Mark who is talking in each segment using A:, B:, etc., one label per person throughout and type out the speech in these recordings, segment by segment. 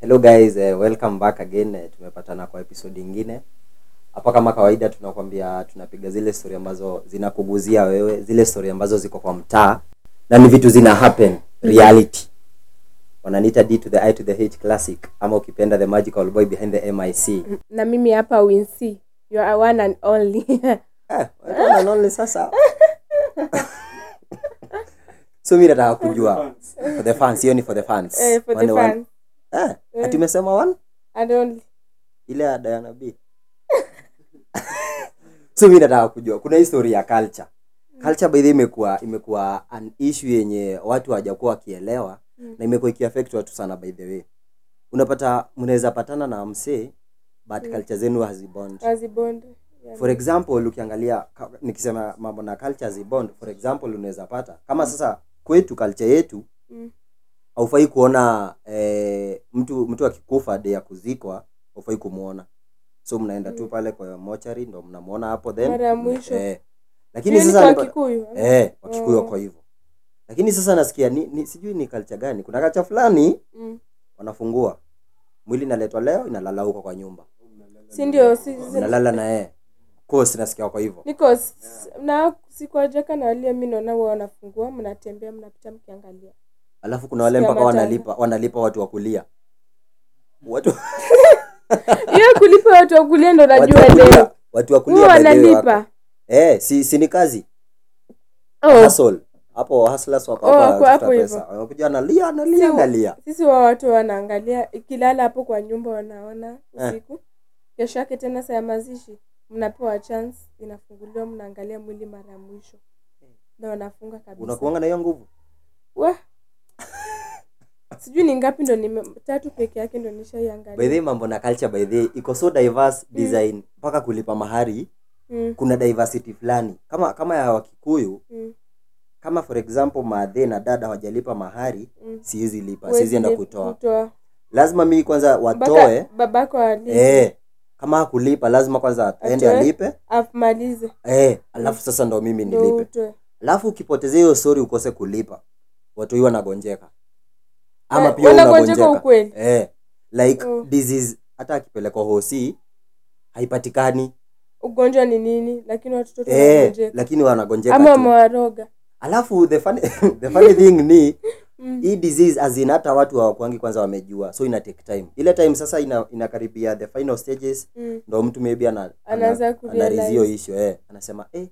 A: hello guys eh, welcome back again eh, tumepatana kwa episode ingine hapa kama kawaida tunakwambia tunapiga zile story ambazo zinakuguzia wewe zile story ambazo ziko kwa mtaa na ni vitu zina happen reality wananiita d to the i to the h classic ama ukipenda the magical boy behind the mic
B: na mimi hapa winsi you are one and only
A: Eh, watu wananoni sasa so mi nataka kujua for the fans hiyo ni for the fans
B: Eh, for
A: One-
B: the
A: one-
B: fans.
A: eh,
B: Eh.
A: ati umesema one
B: and only
A: ile ya Diana B. so mi nataka kujua kuna history ya culture. Culture by the way imekuwa imekuwa an issue yenye watu hawajakuwa wakielewa
B: Mm.
A: na imekuwa ikiaffect watu sana by the way. Unapata mnaweza patana na msee but culture zenu hazibond.
B: azibond
A: For example ukiangalia ka- nikisema mambo na culture hazibond, for example unaweza pata kama sasa kwetu culture yetu
B: Mm.
A: haufai kuona eh, mtu mtu akikufa de ya kuzikwa haufai kumwona so mnaenda tu
B: Mm.
A: pale kwa mochari ndo mnamwona hapo then
B: Mara ya mwisho.
A: eh. lakini sasa nipa-
B: kikuyu
A: eh, wakikuyu
B: Mm.
A: kwa hivyo lakini sasa nasikia ni, ni, sijui ni kalcha gani kuna kalcha fulani
B: Mm.
A: wanafungua mwili inaletwa leo inalala huko kwa nyumba Eh.
B: si ndio si- si-
A: inalala na yeye course nasikia kwa hivyo
B: niko s- na sikuajaka na walia mi naona huwa wanafungua mnatembea mnapita mkiangalia
A: alafu kuna wale
B: Sikia
A: mpaka
B: matanga.
A: wanalipa wanalipa watu wa kulia watu
B: iyo kulipa watu wakulia ndo
A: watu
B: najua
A: wa kulia
B: leo
A: watu wa
B: huwa
A: kulia by the way wako.
B: wanalipa
A: eh si, si ni kazi
B: Oh,
A: hustle hapo hustlers wako
B: Oh,
A: hapa
B: wako
A: wanatafuta
B: hapo hivyo.
A: pesa wanakuja analia analia
B: Sio-
A: analia
B: sisi wa watu wanaangalia ikilala hapo kwa nyumba wanaona
A: Eh.
B: usiku kesho yake tena saa ya mazishi mnapewa chance inafunguliwa mnaangalia mwili mara ya mwisho na wanafunga kabisa
A: Hmm. unakuanga na hiyo nguvu
B: Wah. sijui ni ngapi ndo nime tatu peke yake ndo
A: by the way,
B: nishaiangalia
A: mambo na culture by the way, iko so diverse design mpaka kulipa mahari
B: mm,
A: kuna diversity fulani kama kama ya wakikuyu
B: mm,
A: kama for example maadhe na dada hawajalipa mahari
B: mm.
A: siwezi lipa
B: Huwezi
A: siwezi enda
B: ni-
A: kutoa lazima mimi kwanza watoe
B: mpaka babako alize
A: eh, kama hakulipa lazima kwanza aende
B: Atoe.
A: alipe
B: amalize
A: eh, alafu sasa ndo mimi
B: ndo
A: nilipe
B: utoe
A: alafu ukipotezea hiyo sori ukose kulipa watu hiyo wanagonjeka ama
B: Eh,
A: pia
B: wanagonjeka
A: unagonjeka
B: ukweli.
A: eh, like
B: Mm.
A: disease hata akipelekwa hosi haipatikani
B: ugonjwa ni nini lakini watoto
A: eh,
B: tunagonjeka
A: lakini wanagonjeka
B: ama
A: tu.
B: mwaroga
A: alafu the funny, the funny thing ni
B: mm.
A: hii disease as in hata watu hawakwangi kwanza wamejua so ina take time ile time sasa ina, inakaribia the final stages
B: mm.
A: ndo mtu maybe ana,
B: Anaanza
A: ana,
B: kurealize.
A: anarizio isho eh. anasema eh,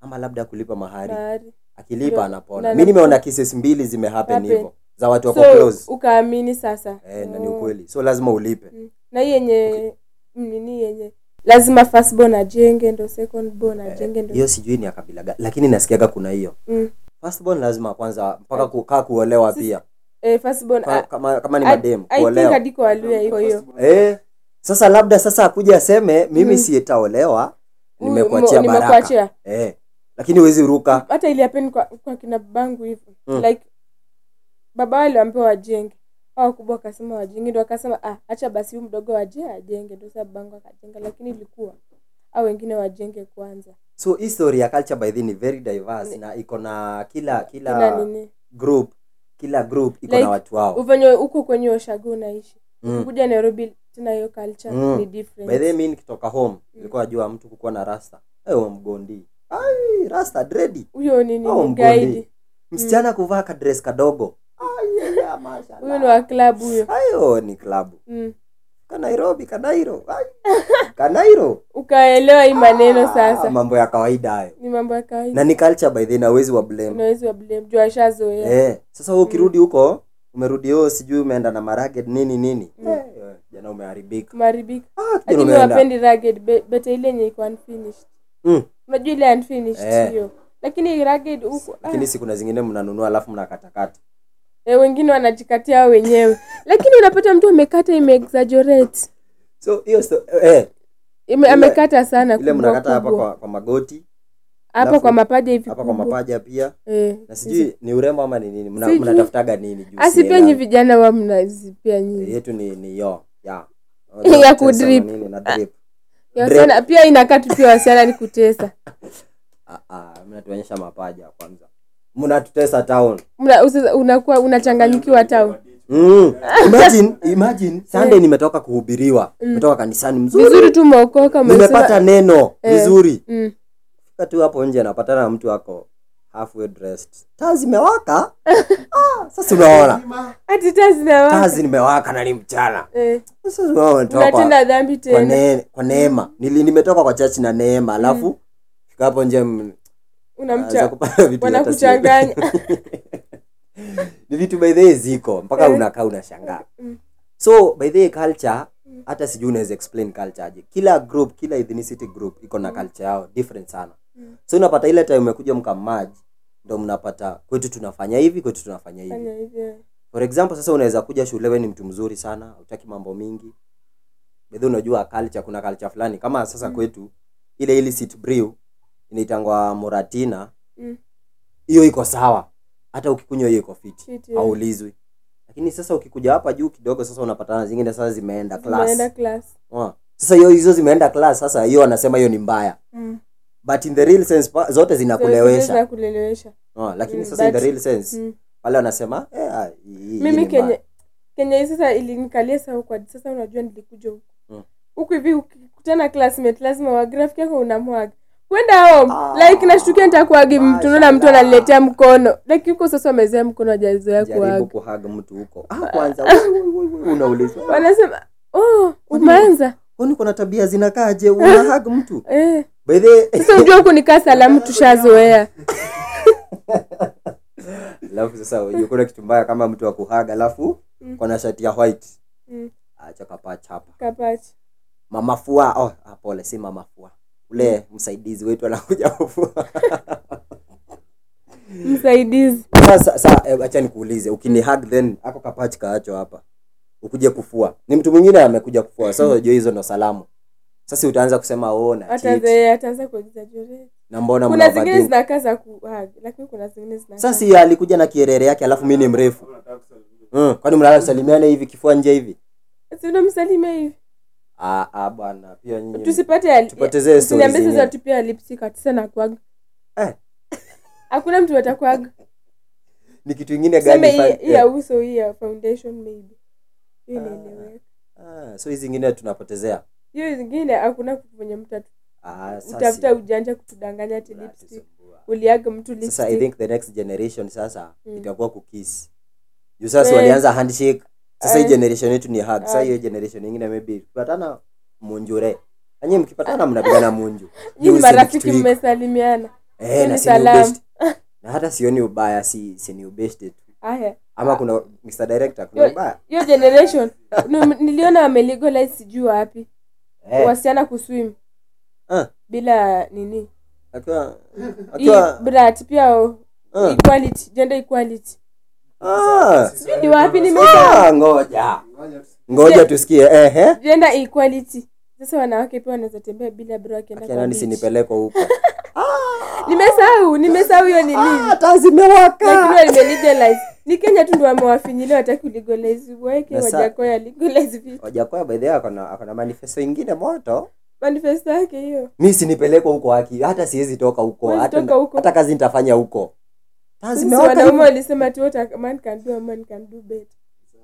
A: ama labda kulipa mahari
B: mahari
A: akilipa
B: Ndio.
A: anapona
B: Na-
A: mi nimeona cases mbili zimehappen
B: Happen.
A: hivyo za watu wako close
B: so ukaamini sasa
A: eh, na ni
B: Oh.
A: ukweli so lazima ulipe
B: Mm. na hii yenye mm, nini yenye lazima first born ajenge ndo second born ajenge ndo
A: Eh, hiyo sijui ni ya kabila gani lakini nasikiaga kuna hiyo
B: mm.
A: firstborn lazima kwanza mpaka kukaa kuolewa pia
B: eh, first born
A: Ka-
B: a-
A: kama, kama ni
B: I-
A: madem
B: I think
A: kuolewa
B: hadi kwa Waluya iko hiyo
A: eh, sasa labda sasa akuja aseme mimi sietaolewa
B: Mm. Huyu,
A: nimekuachia
B: mo-
A: baraka
B: nimekuachia.
A: eh, lakini huwezi ruka
B: hata ili happen kwa, kwa kina babangu hivyo
A: Mm.
B: like baba wale wampewa wajenge hao wakubwa wakasema wajenge ndo akasema ah, acha basi huyu mdogo waje ajenge ndo sasa babangu akajenga lakini ilikuwa au wengine wajenge kwanza
A: so hii story ya culture by the way ni very diverse na iko na kila
B: kila
A: kila
B: nini
A: group kila group iko
B: Like,
A: na watu wao
B: uvenye huko kwenye ushago unaishi
A: Mm.
B: kuja nairobi tena hiyo culture
A: Mm.
B: ni
A: by the way,
B: different
A: mi nikitoka home
B: Mm.
A: nilikuwa najua mtu kukuwa na rasta ayo mgondi ai rasta dredi
B: huyo ni
A: Au
B: nini
A: mgoli.
B: guide
A: msichana kuvaa kadres kadogo Ai, ya,
B: huyo
A: mashallah.
B: ni wa club huyo
A: hayo ni klabu
B: mm.
A: kanairobi kanairo Ai, kanairo
B: ukaelewa hii maneno
A: Ah,
B: sasa
A: mambo ya kawaida hayo
B: ni mambo ya kawaida
A: na ni culture by the way, na uwezi wa blame
B: unawezi wa blame juu ashazoea
A: eh, sasa wewe ukirudi
B: Mm.
A: huko umerudi oh sijui umeenda na maraged nini nini Eh, jana umeharibika
B: maribika
A: ah, kijana
B: Mm. lakini
A: umeenda
B: wapendi rugged be- bete ile yenye iko unfinished
A: Mm.
B: unajua ile unfinished
A: Eh.
B: hiyo lakini rugged huko ah,
A: lakini si kuna zingine mnanunua alafu mnakatakata
B: eh, wengine wanajikatia wao wenyewe lakini unapata mtu amekata imeexaggerate
A: so hiyo sto- eh,
B: Ime, amekata sana
A: ile
B: kubwa,
A: mnakata hapa
B: kubwa.
A: kwa, kwa magoti
B: hapa
A: alafu-
B: kwa mapaja hivi
A: hapa kwa
B: kubwa.
A: mapaja pia
B: eh,
A: na sijui ni urembo ama ni nini mna-
B: Sijui. Ah,
A: mnatafutaga nini juu
B: asipia
A: sielewi.
B: nyi vijana wa mnazipia
A: Eh,
B: nyinyi
A: yetu ni ni yo ya
B: Ya
A: Tesa na
B: kudrip.
A: nini, na drip.
B: Ya wasichana- pia inakaa tu pia wasichana ni kutesa
A: Ah, ah, mnatuonyesha mapaja kwanza mnatutesa town
B: Mna- usi- unakuwa unachanganyikiwa tao
A: Mm. Imagine, imagine Sunday nimetoka kuhubiriwa, nimetoka kanisani mzuri,
B: Eh. Mm. vizuri tu mwaokoka
A: nimepata neno
B: Eh.
A: vizuri.
B: mm.
A: Fika tu hapo nje anapatana na mtu wako halfway dressed. Taa zimewaka. Ah, sasa unaona.
B: ati taa
A: Taa
B: zinawa
A: zimewaka na ni mchana.
B: eh,
A: Sasa unaona toka.
B: unatenda dhambi
A: kwa,
B: tena Mm.
A: ne, kwa neema Nili, nimetoka kwa chachi na neema alafu fika hapo nje m- naanza
B: unamcha
A: kupata vitu za
B: wanakuchanganya
A: ni vitu by the way ziko mpaka
B: Eh.
A: unakaa unashangaa
B: Mm.
A: so by the way culture hata sijui unaweza explain culture aje kila group kila ethnicity group iko na culture yao different sana
B: Mm.
A: so unapata ile time umekuja mkamaji ndo mnapata kwetu tunafanya hivi kwetu tunafanya hivi
B: Fanya hivyo.
A: for example sasa unaweza kuja shule wewe ni mtu mzuri sana hutaki mambo mingi bedhi unajua culture kuna culture fulani kama sasa
B: Mm.
A: kwetu ile illicit brew inaitangwa moratina
B: Mm.
A: hiyo iko sawa hata ukikunywa hiyo iko fiti
B: Fiti, yeah.
A: haulizwi lakini sasa ukikuja hapa juu kidogo sasa unapatana zingine sasa zimeenda
B: Tunaenda
A: class
B: class
A: Unaona? sasa hiyo hizo zimeenda class sasa hiyo wanasema hiyo ni mbaya
B: Mm.
A: but in the real sense pa- zote
B: So,
A: zinakulewesha
B: zile zinakulelewesha.
A: Unaona? lakini
B: Mm,
A: sasa in the
B: but-
A: real sense
B: Mm.
A: wale wanasema eh, ah, hii- hii ni
B: mimi
A: mbaya.
B: kenye kenye hii sasa ilinikalia sawa kwa sasa unajua nilikuja huku
A: Mm.
B: huku hivi ukikutana classmate lazima wagrafiki yako unamwaga kwenda home
A: Ah,
B: like nashtukia nitakuagi mtu naona mtu
A: mashallah.
B: ananiletea mkono like yuko sasa amezoea mkono ajazoea
A: jaribu
B: kuaga
A: kuhaga mtu huko ah, kwanza wewe, wewe, wewe, unaulizwa
B: wanasema oh
A: Kwani-
B: umeanza
A: kwani kuna tabia zinakaaje unahag mtu
B: eh.
A: by the way-
B: sasa ujua huku nikaa salamu tushazoea
A: alafu sasa unajua kuna kitu mbaya kama mtu wa kuhaga alafu
B: Mm.
A: kona shati ya white
B: Mm.
A: acha kapaa chapa
B: kapachi
A: mama fua oh, ah, pole si mama fua ule
B: Hmm.
A: msaidizi wetu anakuja kufua
B: msaidizi
A: sasa sa, eh, acha nikuulize ukinihag then ako kapachi kaacho hapa ukuje kufua ni mtu mwingine amekuja kufua sasa
B: Hmm.
A: unajua hizo ndo salamu sasa utaanza kusema oh, na cheat,
B: atazoea ataanza kuagiza jore
A: na mbona
B: kuna
A: mnavaa
B: zingine
A: jeans?"
B: zinakaa za kuhag lakini kuna zingine zinakaa
A: sasi alikuja na kierere yake alafu mi ni mrefu mm, kwani mlala salimiane hivi kifua nje hivi
B: sinamsalimia hivi
A: Ah, ah, bwana pia nyinyi
B: tusipate
A: tupotezee stories
B: usiniambie sasa
A: zenyewe.
B: tupia lipstick ati sana kuaga
A: Eh.
B: hakuna mtu atakuaga
A: ni kitu ingine
B: sema
A: gani
B: hii- hii
A: fa-
B: ya uso hii ya foundation maybe hiyo inaeleweka
A: Ah, so hizi zingine tunapotezea
B: hiyo zingine hakuna kitu kwenye mtu atu-
A: ah, sasi.
B: utafuta ujanja kutudanganya ati lipstick
A: Unatusumbua.
B: uliaga mtu
A: sasa i
B: lipstick
A: think the next generation sasa
B: Mm.
A: itakuwa kukis juu sasa
B: Eh.
A: walianza handshake sasa hii
B: Eh.
A: generation yetu ni hug sasa
B: Hug.
A: hiyo generation ingine maybe kupatana munjure nanye mkipatana mnapigana munju
B: Nyinyi
A: Juu
B: ni
A: si ni
B: marafiki
A: kitu iko.
B: mmesalimiana
A: Eh, na
B: ni
A: si ni
B: salamu.
A: ubeshte. na hata sioni ubaya si, si ni ubeshte tu
B: aya
A: ama kuna mr director kuna
B: Yo-
A: ubaya
B: hiyo generation nu- niliona wamelegalize sijui wapi
A: eh,
B: wasichana kuswim
A: Ah.
B: bila nini
A: akiwa
B: hii
A: akiwa
B: brat pia
A: ah,
B: equality gender equality
A: ah,
B: sijui ni wapi nimesahau
A: ah, ngoja ngoja tusikie ehe
B: gender equality sasa wanawake pia wanaweza tembea bila bra wakienda kwa
A: nani
B: beach.
A: sinipeleko huko
B: nimesahau nimesahau hiyo ni nini
A: Ah, taa zimewaka
B: lakini wamelegalize ni kenya tu ndo wamewafinyilia wataki ulegalize weke
A: Na sa-
B: wajakoya legalize vitu
A: wajakoya by the way akona akona manifesto ingine moto
B: manifesto yake hiyo
A: mi sinipelekwa huko haki hata siwezi toka huko
B: Huwezi
A: hata,
B: toka huko.
A: hata kazi nitafanya huko Taa
B: Sisi
A: zimewaka
B: wanaume
A: hivi.
B: walisema tu what a man can do a man can do better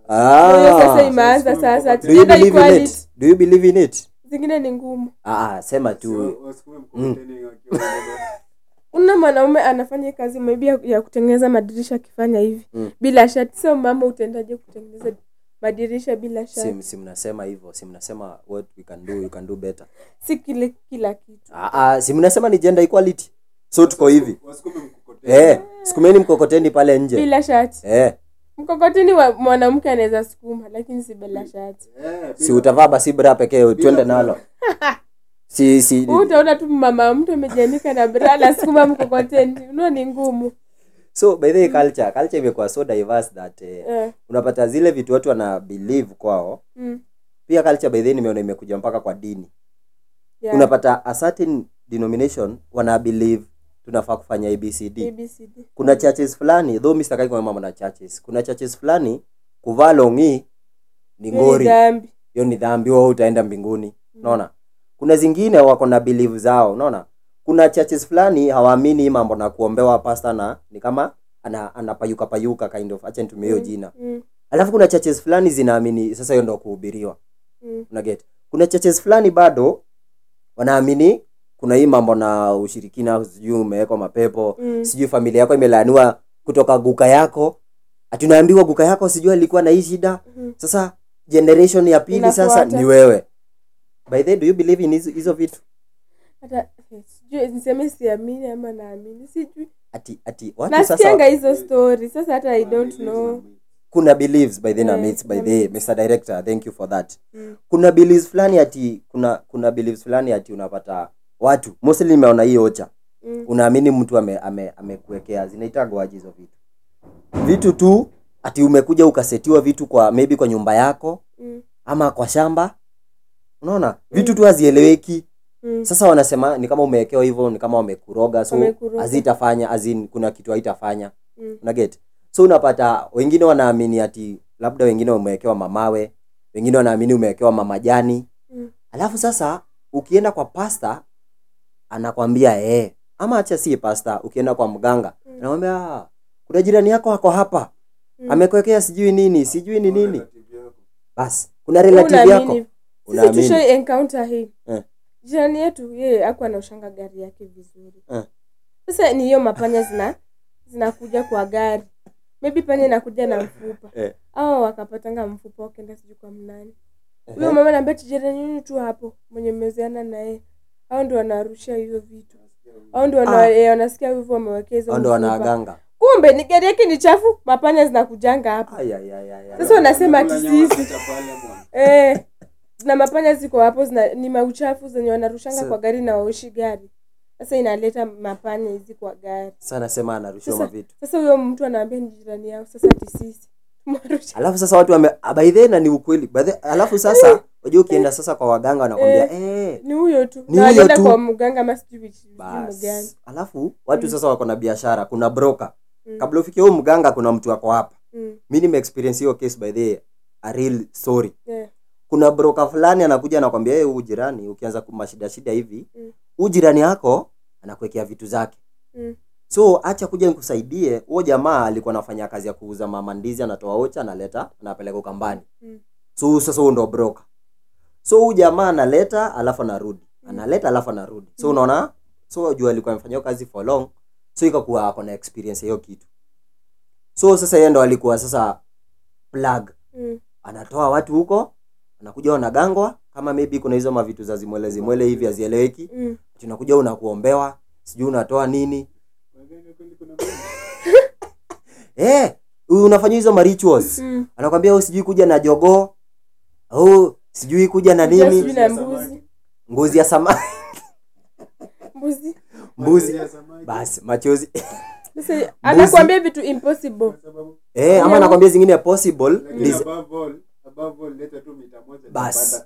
A: Ah.
B: Kwa hiyo sasa imeanza
C: Sasa
B: sasa
C: do
A: Do you
B: gender
A: believe in
B: equality
A: it? Do you believe in it?
B: zingine ni ngumu
A: Ah, ah, sema tu Mm.
B: una mwanaume anafanya kazi maybe ya, ya kutengeneza madirisha akifanya hivi
A: Mm.
B: bila shati so mama utaendaje kutengeneza madirisha bila shati
A: si si mnasema hivyo si mnasema what we can do you can do better
B: si kile kila kitu
A: ah, ah, si mnasema ni gender equality so tuko hivi eh, sukumeni mkokoteni pale nje
B: bila shati
A: eh,
B: mkokoteni wa mwanamke anaweza sukuma lakini si bila shati
A: si utavaa basi bra pekee twende nalo si si
B: Wewe utaona tu mama wa mtu amejianika na bra anasukuma mkokoteni unao ni ngumu
A: so by the way, culture culture imekuwa so diverse that eh,
B: eh.
A: unapata zile vitu watu wana believe kwao
B: mm.
A: pia culture by the way nimeona imekuja mpaka kwa dini
B: yeah.
A: unapata a certain denomination wana believe tunafaa kufanya abcd
B: Mm. ABCD.
A: kuna churches fulani though mi sitakai kwa mambo na churches kuna churches fulani kuvaa longi ni
B: Ni
A: ngori
B: dhambi
A: hiyo ni dhambi wewe utaenda mbinguni unaona kuna zingine wako na belief zao unaona kuna churches fulani hawaamini hii mambo na kuombewa pasta na ni kama ana, anapayuka payuka kind of acha nitumie hiyo
B: Mm,
A: jina
B: mm.
A: alafu kuna churches fulani zinaamini sasa hiyo ndo kuhubiriwa
B: Mm.
A: unaget kuna churches fulani bado wanaamini kuna hii mambo na ushirikina sijui umewekwa mapepo
B: Mm.
A: sijui familia yako imelaaniwa kutoka guka yako atunaambiwa guka yako sijui alikuwa na hii shida
B: Mm.
A: sasa generation ya pili sasa
B: Inafuata.
A: ni wewe by the way, do you believe in hizo- hizo vitu
B: hata eh, sijui niseme siamini ama naamini sijui
A: ati ati watu
B: nasikianga
A: sasa eh.
B: hizo story sasa hata i don't know
A: kuna beliefs by the na
B: Eh,
A: myths by
B: na
A: the mr director thank you for that
B: Mm.
A: kuna beliefs fulani ati kuna kuna beliefs fulani ati unapata watu mostly nimeona hii ocha
B: Mm.
A: unaamini mtu ame, ame, amekuwekea zinaitagwaji hizo vitu vitu tu ati umekuja ukasetiwa vitu kwa maybe kwa nyumba yako
B: Mm.
A: ama kwa shamba unaona vitu tu hazieleweki
B: Mm.
A: sasa wanasema ni kama umewekewa hivyo ni kama wamekuroga so
B: Wamekuroga.
A: hazitafanya azin kuna kitu haitafanya
B: Mm.
A: unaget so unapata wengine wanaamini ati labda wengine wamewekewa mamawe wengine wanaamini umewekewa mamajani
B: Mm.
A: alafu sasa ukienda kwa pasta anakwambia ee ama hacha si pasta ukienda kwa mganga
B: Mm.
A: anamwambia "Ah, kuna jirani yako ako hapa
B: Mm.
A: amekwekea sijui nini sijui ni nini basi kuna
B: Wewe
A: relative
B: unaamini?
A: yako
B: Sisi
A: Unaamini.
B: tushai encounter hii
A: Eh.
B: jirani yetu yeye akuwa naushanga gari yake vizuri
A: Eh.
B: sasa ni hiyo mapanya zina zinakuja kwa gari maybe panya inakuja na mfupa
A: Eh.
B: au wakapatanga mfupa wakaenda sijui kwa mnani huyo mama naambia "Ati jirani yenu tu hapo mwenye mmezeana naye au ndo wanarusha hivyo vitu au ndo wana-
A: Ah.
B: eh, wanasikia hivyo wamewekeza
A: au ndo wanaganga
B: kumbe ni gari yake ni chafu mapanya zinakujanga hapo
A: Ai, ai, ai, ai, ai.
B: Sasa wanasema ati sisi. eh, na mapanya ziko hapo zina, ni mauchafu zenye wanarushanga
A: Sa-
B: kwa gari na waoshi gari sasa inaleta mapanya hizi kwa gari
A: sasa anasema anarushiwa
B: Sasa-
A: mavitu
B: sasa huyo mtu anaambia ni jirani yao sasa tisisi marusha
A: alafu sasa watu wame ah, by the way, na ni ukweli by the, alafu sasa wajua ukienda sasa kwa waganga wanakwambia eh,
B: Eh. ni huyo tu
A: Ni
B: na
A: huyo
B: walienda
A: tu.
B: kwa mganga ama sijui sijui mgani
A: bas alafu watu sasa wako na biashara kuna broker
B: Mm.
A: kabla ufikie huyu mganga kuna mtu ako hapa
B: Mm,
A: mi nimeexperience hiyo case by the way, a real story
B: yeah.
A: kuna broker fulani anakuja anakwambia hey, huu jirani ukianza kumashida shida hivi
B: Mm.
A: huu jirani yako anakuwekea vitu zake
B: Mm.
A: so acha kuja nikusaidie huo jamaa alikuwa anafanya kazi ya kuuza mama ndizi anatoa ocha analeta anapeleka ukambani
B: Mm.
A: so huyu sasa huo ndo broker so huyu jamaa analeta alafu anarudi analeta alafu anarudi so
B: Mm.
A: unaona so juu alikuwa amefanya hiyo kazi for long so ikakuwa ako na experience ya hiyo kitu so sasa yeye ndo alikuwa sasa plug
B: Mm.
A: anatoa watu huko anakuja wanagangwa kama maybe kuna hizo mavitu za zimwele zimwele hivi hazieleweki
B: Mm.
A: tunakuja unakuombewa sijui unatoa nini eh unafanya hizo marichos
B: Mm.
A: anakwambia "Oh, sijui kuja na jogoo au sijui kuja na
B: Kuja sijui
A: nini
B: na mbuzi
A: ngozi ya samaki
B: mbuzi
A: mbuzi basi machozi
B: sasa anakuambia vitu impossible
A: eh ama
B: Yeah.
A: anakwambia zingine possible ndizi Bas.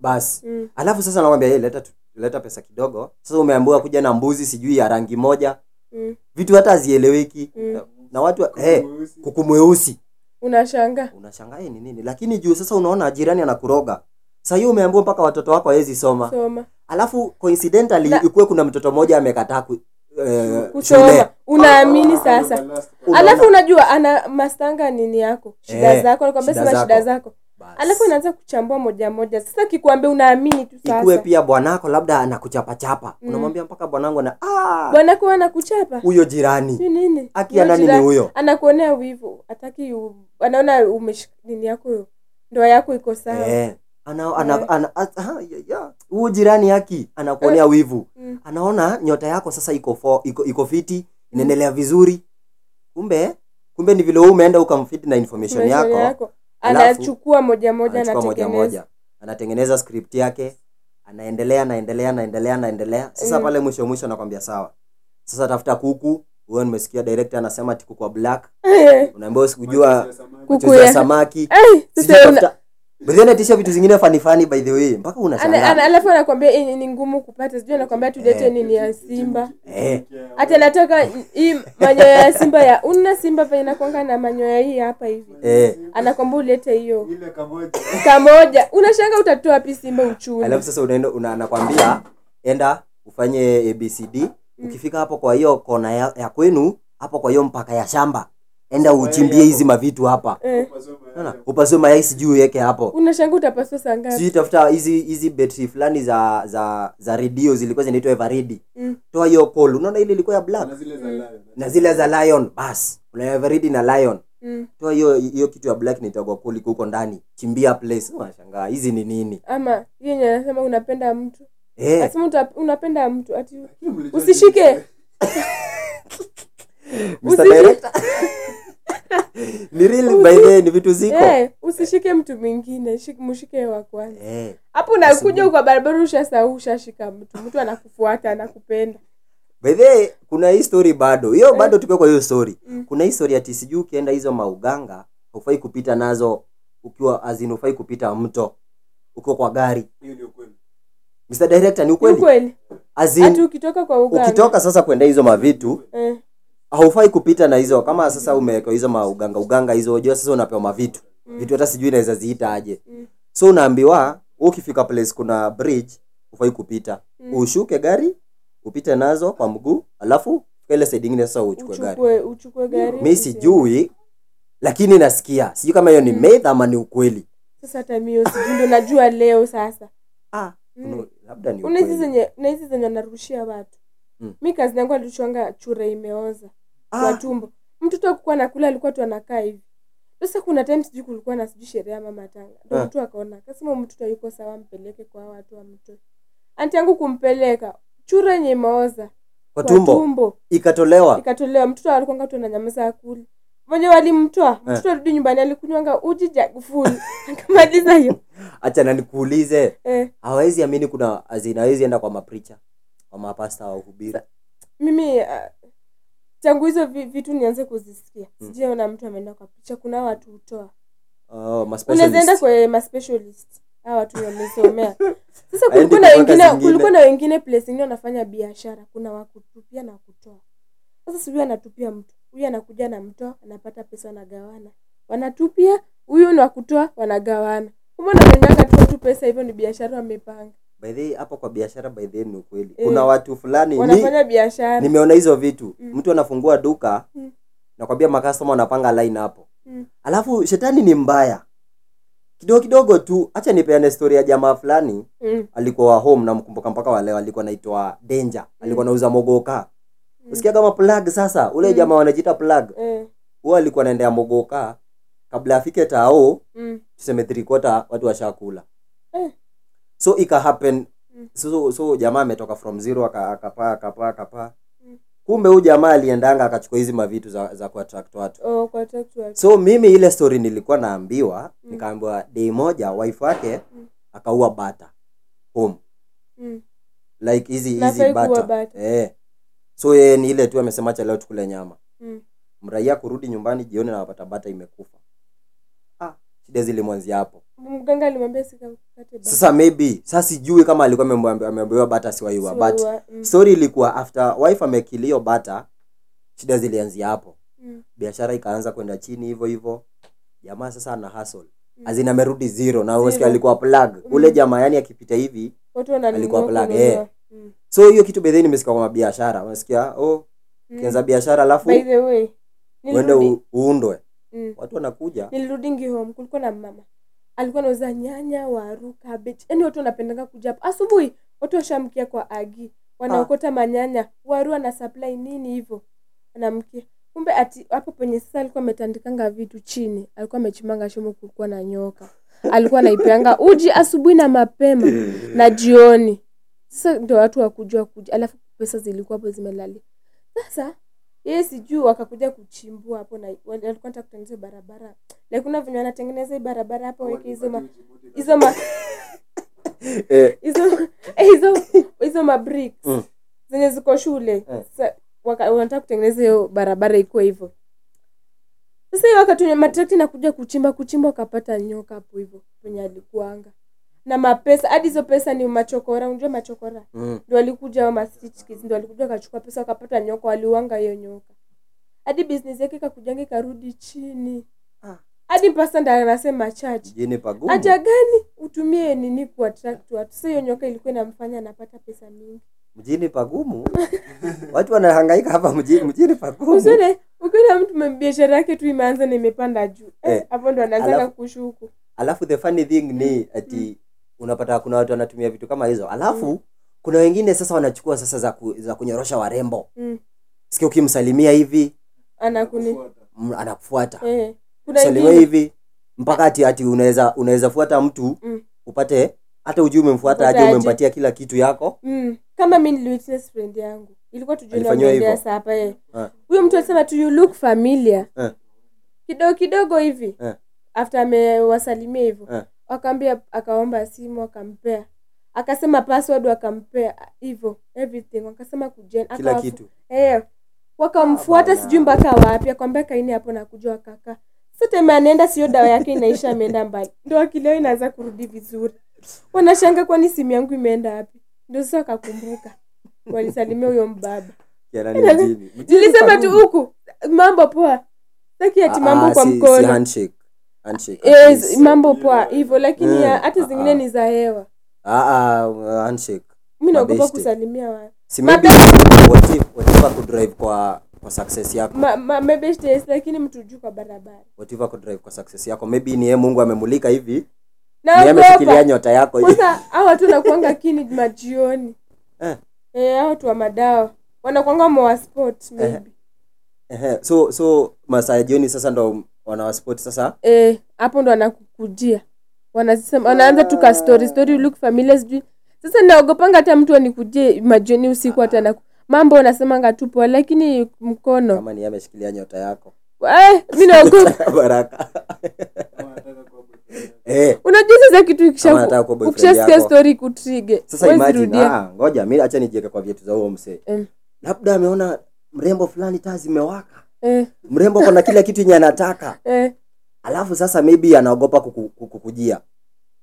A: basi
B: mm.
A: alafu sasa anakwambia yeye leta tu- leta pesa kidogo sasa umeambiwa kuja na mbuzi sijui ya rangi moja
B: Mm.
A: vitu hata hazieleweki
B: Mm.
A: na, na watu eh kuku mweusi
B: unashanga
A: unashangaa "Eh, ni nini lakini juu sasa unaona jirani anakuroga saa hiyo umeambiwa mpaka watoto wako hawezi soma
B: soma
A: alafu coincidentally
B: Na-
A: ikuwe kuna mtoto mmoja amekataa ku, eh, shule
B: kusoma unaamini sasa alafu unajua ana mastanga nini yako shida
A: Eh,
B: zako anakwambia
A: shida
B: sema
A: zako.
B: shida zako
A: Bas.
B: alafu anaanza kuchambua moja moja sasa kikwambia unaamini tu
A: ikuwe
B: sasa
A: pia bwanako labda anakuchapachapa
B: Mm.
A: unamwambia mpaka bwanangu na "Ah,
B: bwana kuwa anakuchapa
A: huyo jirani
B: sio nini
A: aki
B: Hiyo
A: ya nani
B: jira-
A: ni huyo
B: anakuonea wivu ataki u... anaona umesh nini yako ndoa yako iko sawa
A: Eh, ana- ana-
B: Eh.
A: ana- as- ah, ya- ya. huyu jirani aki anakuonea wivu
B: Mm.
A: anaona nyota yako sasa iko fo, iko, iko fiti inaendelea vizuri kumbe kumbe ni vile wewe umeenda ukamfiti na information
B: Maisha
A: yako Alafu-
B: anachukua moja moja
A: anachukua moja
B: anatengeneza
A: moja anatengeneza script yake anaendelea anaendelea anaendelea anaendelea sasa
B: Mm.
A: pale mwisho mwisho anakwambia sawa sasa tafuta kuku huyo nimesikia director anasema ati kuku wa black unaambiwa sikujua
B: Kuku
A: mchuzi wa
B: ya-
A: samaki
B: Ai,
A: sijui
B: Eh, sasa una-
A: tafuta By the way, anatisha vitu zingine fani fani by the way mpaka
B: ana- ana-
A: unashangaa
B: alafu anakwambia "Eh, ni ngumu kupata sijui anakwambia tulete
A: Eh.
B: nini ya simba
A: Eh.
B: hata nataka hii manyoya ya simba ya una simba penye nakwanga na manyoya hii hapa hivi
A: eh
B: anakwamba ulete hiyo
C: ile kamoja
B: kamoja unashanga utatoa pi simba uchumi
A: alafu sasa unaenda una, anakwambia enda
B: Mm.
A: ufanye abcd ukifika hapo kwa hiyo kona ya, ya kwenu hapo kwa hiyo mpaka ya shamba enda uchimbie hizi mavitu hapa
B: eh,
A: Unaona? upasue mayai sijui uweke hapo
B: unashanga utapaswa saa ngapi
A: sijui tafuta hizi hizi betri fulani za za za redio zilikuwa zinaitwa everidi
B: Mm.
A: toa hiyo call unaona ile ilikuwa ya black na zile za lion bas una everidi na lion
B: mm.
A: toa hiyo hiyo kitu ya black nitagwa call iko huko ndani chimbia place unashangaa hizi ni nini
B: ama yenye anasema unapenda mtu
A: eh
B: nasema uta- unapenda mtu ati usishike
A: Mr.
B: usiji-
A: Director ni real by the way, ni vitu ziko eh
B: eh, usishike mtu mwingine shik- mshike wa kwanza
A: Eh,
B: hapo unakuja kwa barabara ushasahau ushashika mtu mtu anakufuata anakupenda
A: by the way, kuna hii story bado hiyo bado tukiwa kwa hiyo story kuna hii story ati sijui ukienda hizo mauganga hufai kupita nazo ukiwa azin hufai kupita mto ukiwa kwa gari Mr. Director ni
B: Ni
A: ukweli
B: kweli
A: azin
B: hati ukitoka kwa uganga
A: ukitoka sasa kwenda hizo mavitu
B: eh,
A: haufai kupita na hizo kama sasa umewekwa hizo mauganga uganga hizo unajua sasa unapewa mavitu vitu hata sijui naweza ziita aje
B: Mm.
A: so unaambiwa ukifika place kuna bridge ufai kupita
B: Mm.
A: ushuke gari upite nazo kwa mguu alafu ile side ingine sasa uchukue gari
B: uchukue uchukue gari
A: mi
B: usiende.
A: sijui lakini nasikia sijui kama hiyo ni
B: Mm.
A: myth ama ni ukweli
B: sasa hata mio sijui ndo najua leo sasa
A: ah,
B: Mm.
A: no, labda ni
B: Una hizi
A: ukweli
B: zenye na hizi zenye wanarushia watu
A: Mm.
B: mi kazi yangu alichwanga chura imeoza kwa
A: ah,
B: tumbo mtoto akukuwa nakula alikuwa tu anakaa hivi sasa kuna time sijui kulikuwa na sijui sherehe ya mama tanga ndo
A: Ah.
B: mtu akaona akasema huyu mtoto yuko sawa mpeleke kwa hawa watu wamtoe anti yangu kumpeleka chura yenye imeoza
A: kwa tumbo Ah.
B: tumbo
A: ikatolewa
B: ikatolewa mtoto alikwanga tu ananyamaza akuli mwenye
A: Eh.
B: walimtoa mtoto arudi nyumbani alikunywanga uji jakufuli akamaliza hiyo
A: acha na nikuulize
B: eh,
A: hawezi amini kuna zinawezi enda kwa mapricha kwa mapasta wahubiri
B: mimi ah, tangu hizo vi- vitu nianze kuzisikia
A: Mm.
B: sijaona mtu ameenda kwa picha kuna hawa watu hutoa
A: oh,
B: unaweza enda
A: maspecialist.
B: kwa maspecialist hawa watu wamesomea sasa
A: Aende
B: kulikuwa na
A: kutoka
B: wengine
A: zingine.
B: kulikuwa na wengine place ingine wanafanya biashara kuna wakutupia na kutoa sasa sihuyu anatupia mtu huyu anakuja anamtoa anapata pesa wanagawana wanatupia huyu ni wakutoa wanagawana kumbe namenyanga tu watu pesa hivyo ni biashara wamepanga
A: by the way, hapo kwa biashara by the way, ni ukweli
B: Eh.
A: kuna watu fulani ni,
B: wanafanya biashara
A: nimeona hizo vitu
B: Mm.
A: mtu anafungua duka
B: Mm.
A: nakwambia makastoma wanapanga line hapo
B: Mm.
A: alafu shetani ni mbaya kidogo kidogo tu hacha nipeane story ya jamaa fulani
B: mm.
A: alikuwa wa home namkumbuka mpaka waleo alikuwa anaitwa danger alikuwa
B: Mm.
A: anauza mogoka
B: Mm.
A: usikia kama plug sasa ule
B: Mm.
A: jamaa wanajiita plug
B: Eh,
A: huwa alikuwa anaendea mogoka kabla afike tao
B: mm.
A: tuseme three quarter watu washakula
B: Eh.
A: so ika happen
B: Mm.
A: so, so, so jamaa ametoka from zero aka- akapaa akapaa akapaa
B: Mm.
A: kumbe huyu jamaa aliendanga akachukua hizi mavitu za, za kuattract watu
B: Oh, kwa tatu watu.
A: so mimi ile story nilikuwa naambiwa
B: Mm.
A: nikaambiwa dei moja wife wake
B: Mm.
A: akaua bata home
B: Mm.
A: like hizi
B: Na
A: hizi
B: afai kuua
A: bata,
B: bata.
A: Eh. so yeye ni ile tu amesema cha leo tukule nyama
B: Mm.
A: mraia kurudi nyumbani jioni na wapata bata imekufa ah, shida zilimwanzia hapo
B: mganga alimwambia sikakate bata.
A: sasa maybe sasa sijui kama alikuwa ameambi- ameambiwa bata asiwaiwa
B: Siwa
A: but
B: ua- mm.
A: story ilikuwa after wife amekilio bata shida zilianzia hapo
B: Mm.
A: biashara ikaanza kwenda chini hivyo hivyo jamaa sasa ana hustle
B: Mm.
A: azina amerudi zero na umesikia
B: Zero.
A: alikuwa plug
B: Mm.
A: ule jamaa yani akipita hivi
B: watu wananunua
A: alikuwa plug,
B: kununua.
A: eh.
B: Mm.
A: so hiyo kitu bedheni nimesikia kwa biashara unasikia oh
B: Mm.
A: ukianza biashara alafu
B: By the way,
A: uende
B: nilirudi-
A: u- uundwe
B: mm.
A: watu wanakuja
B: nilirudi ngihome kulikuwa na mama alikuwa nauza nyanya waru cabbage yani watu wanapendanga kuja hapo asubuhi watu washamkia kwa agi wanaokota
A: Ah.
B: manyanya waru ana supply nini hivyo anamkia kumbe ati hapo penye sasa alikuwa ametandikanga vitu chini alikuwa amechimanga shimo kulikuwa na nyoka alikuwa anaipeanga uji asubuhi na mapema na jioni sasa ndio watu wakujua kuja alafu pesa zilikuwa hapo zimelalia sasa yeye sijui wakakuja kuchimbua hapo na wali- walikuwa wanataka kutengeneza barabara like kuna venye wanatengeneza hii barabara hapo weke hizo ma hizo ma
A: eh,
B: hizo eh, hizo hizo ma bricks
A: Mm.
B: zenye ziko shule
A: Eh.
B: sasa waka- wanataka kutengeneza hiyo barabara ikuwe hivyo sasa hiyo wakati matrekta inakuja kuchimba kuchimba wakapata nyoka hapo hivyo penye alikuanga na mapesa hadi hizo pesa ni machokora unajua machokora
A: mm,
B: ndo walikuja wa mastitch kids ndo walikuja wakachukua pesa wakapata nyoka waliuanga hiyo nyoka hadi business yake ikakujanga ikarudi chini
A: Ah.
B: hadi mpasa ndo anasema chachi
A: jini pagumu
B: haja gani utumie nini kuattract watu sasa hiyo nyoka ilikuwa inamfanya anapata pesa mingi
A: mjini pagumu watu wanahangaika hapa mjini, mjini pagumu
B: uzone ukiona mtu ma- biashara yake tu imeanza na imepanda juu Eh,
A: Eh,
B: hapo ndo anaanzaga
A: alafu-
B: kushuku
A: alafu the funny thing
B: Mm,
A: ni ati unapata kuna watu wanatumia vitu kama hizo alafu
B: Mm.
A: kuna wengine sasa wanachukua sasa za, ku, za kunyorosha warembo
B: Mm.
A: sikia ukimsalimia hivi
B: anakuni
A: m- anakufuata
B: eh. kuna
A: salimia
B: ingine
A: hivi mpaka ati ati unaweza unaweza fuata mtu
B: Mm.
A: upate hata ujui umemfuata aje
B: Mfuataje.
A: umempatia kila kitu yako
B: mm. kama mi niliwitness friend yangu ilikuwa
A: Alifanyiwa
B: tujunaendea
A: hivyo?
B: saa hapa eh.
A: Eh.
B: huyo mtu alisema tu you look familiar
A: Eh.
B: kidogo kidogo hivi
A: Eh.
B: after amewasalimia hivyo
A: Eh.
B: wakaambia akaomba simu akampea akasema password wakampea hivyo everything akasema kujen
A: kila
B: akawafu-
A: kitu
B: Eh, wakamfuata
A: Ah, bana.
B: sijui mpaka wapi akwambia kaini hapo nakuja wakaka sotema anaenda sio dawa yake inaisha ameenda mbali ndo akili yao inaanza kurudi vizuri wanashanga kwani simu yangu imeenda wapi ndo sasa wakakumbuka walisalimia huyo mbaba
A: Kijana ni mjini. Mjini
B: Yaani, nilisema
A: pagumu.
B: tu huku mambo poa saki ati
A: Ah,
B: mambo
A: ah,
B: kwa
A: si- si
B: mkono
A: handshake. Handshake, at
B: Eh,
A: least.
B: mambo poa hivyo lakini
A: Mm,
B: ya- hata
A: ah, ah.
B: zingine ni za hewa
A: Ah, ah, handshake.
B: mi naogopa
A: Mabeshte.
B: kusalimia wa
A: Si maybe what if- what if akudrive kwa kwa success yako
B: ma, ma, mabeshte, yes, lakini mtu juu kwa barabara
A: What if akudrive kwa success yako maybe ni yeye mungu amemulika hivi ni yeye
B: naogopa
A: ameshikilia nyota yako hivi.
B: kwanza hao watu wanakuanga kini majioni
A: Eh.
B: Eh, hao watu wa madawa wanakuanga mwa sport
A: Eh.
B: maybe
A: Ehe, so so masaa ya jioni sasa ndo wanawaspoti sasa
B: eh hapo ndo wanakukujia wanasema wanaanza tu ka story story look familiar sijui sasa naogopanga hata mtu anikujie majioni usiku hata na mambo unasemanga tu poa lakini mkono
A: kama ni yeye ameshikilia nyota yako
B: eh mi naogopa
A: baraka eh
B: unajua sasa kitu
A: Kama anataka kuwa
B: ikisha
A: boyfriend
B: ukishasikia
A: yako.
B: story kutrige
A: sasa imagine ah ngoja mimi acha nijieke kwa vietu za huo msee
B: Mm.
A: labda ameona mrembo fulani taa zimewaka
B: eh,
A: mrembo kona kila kitu yenye anataka
B: eh,
A: alafu sasa maybe anaogopa kuku- kukujia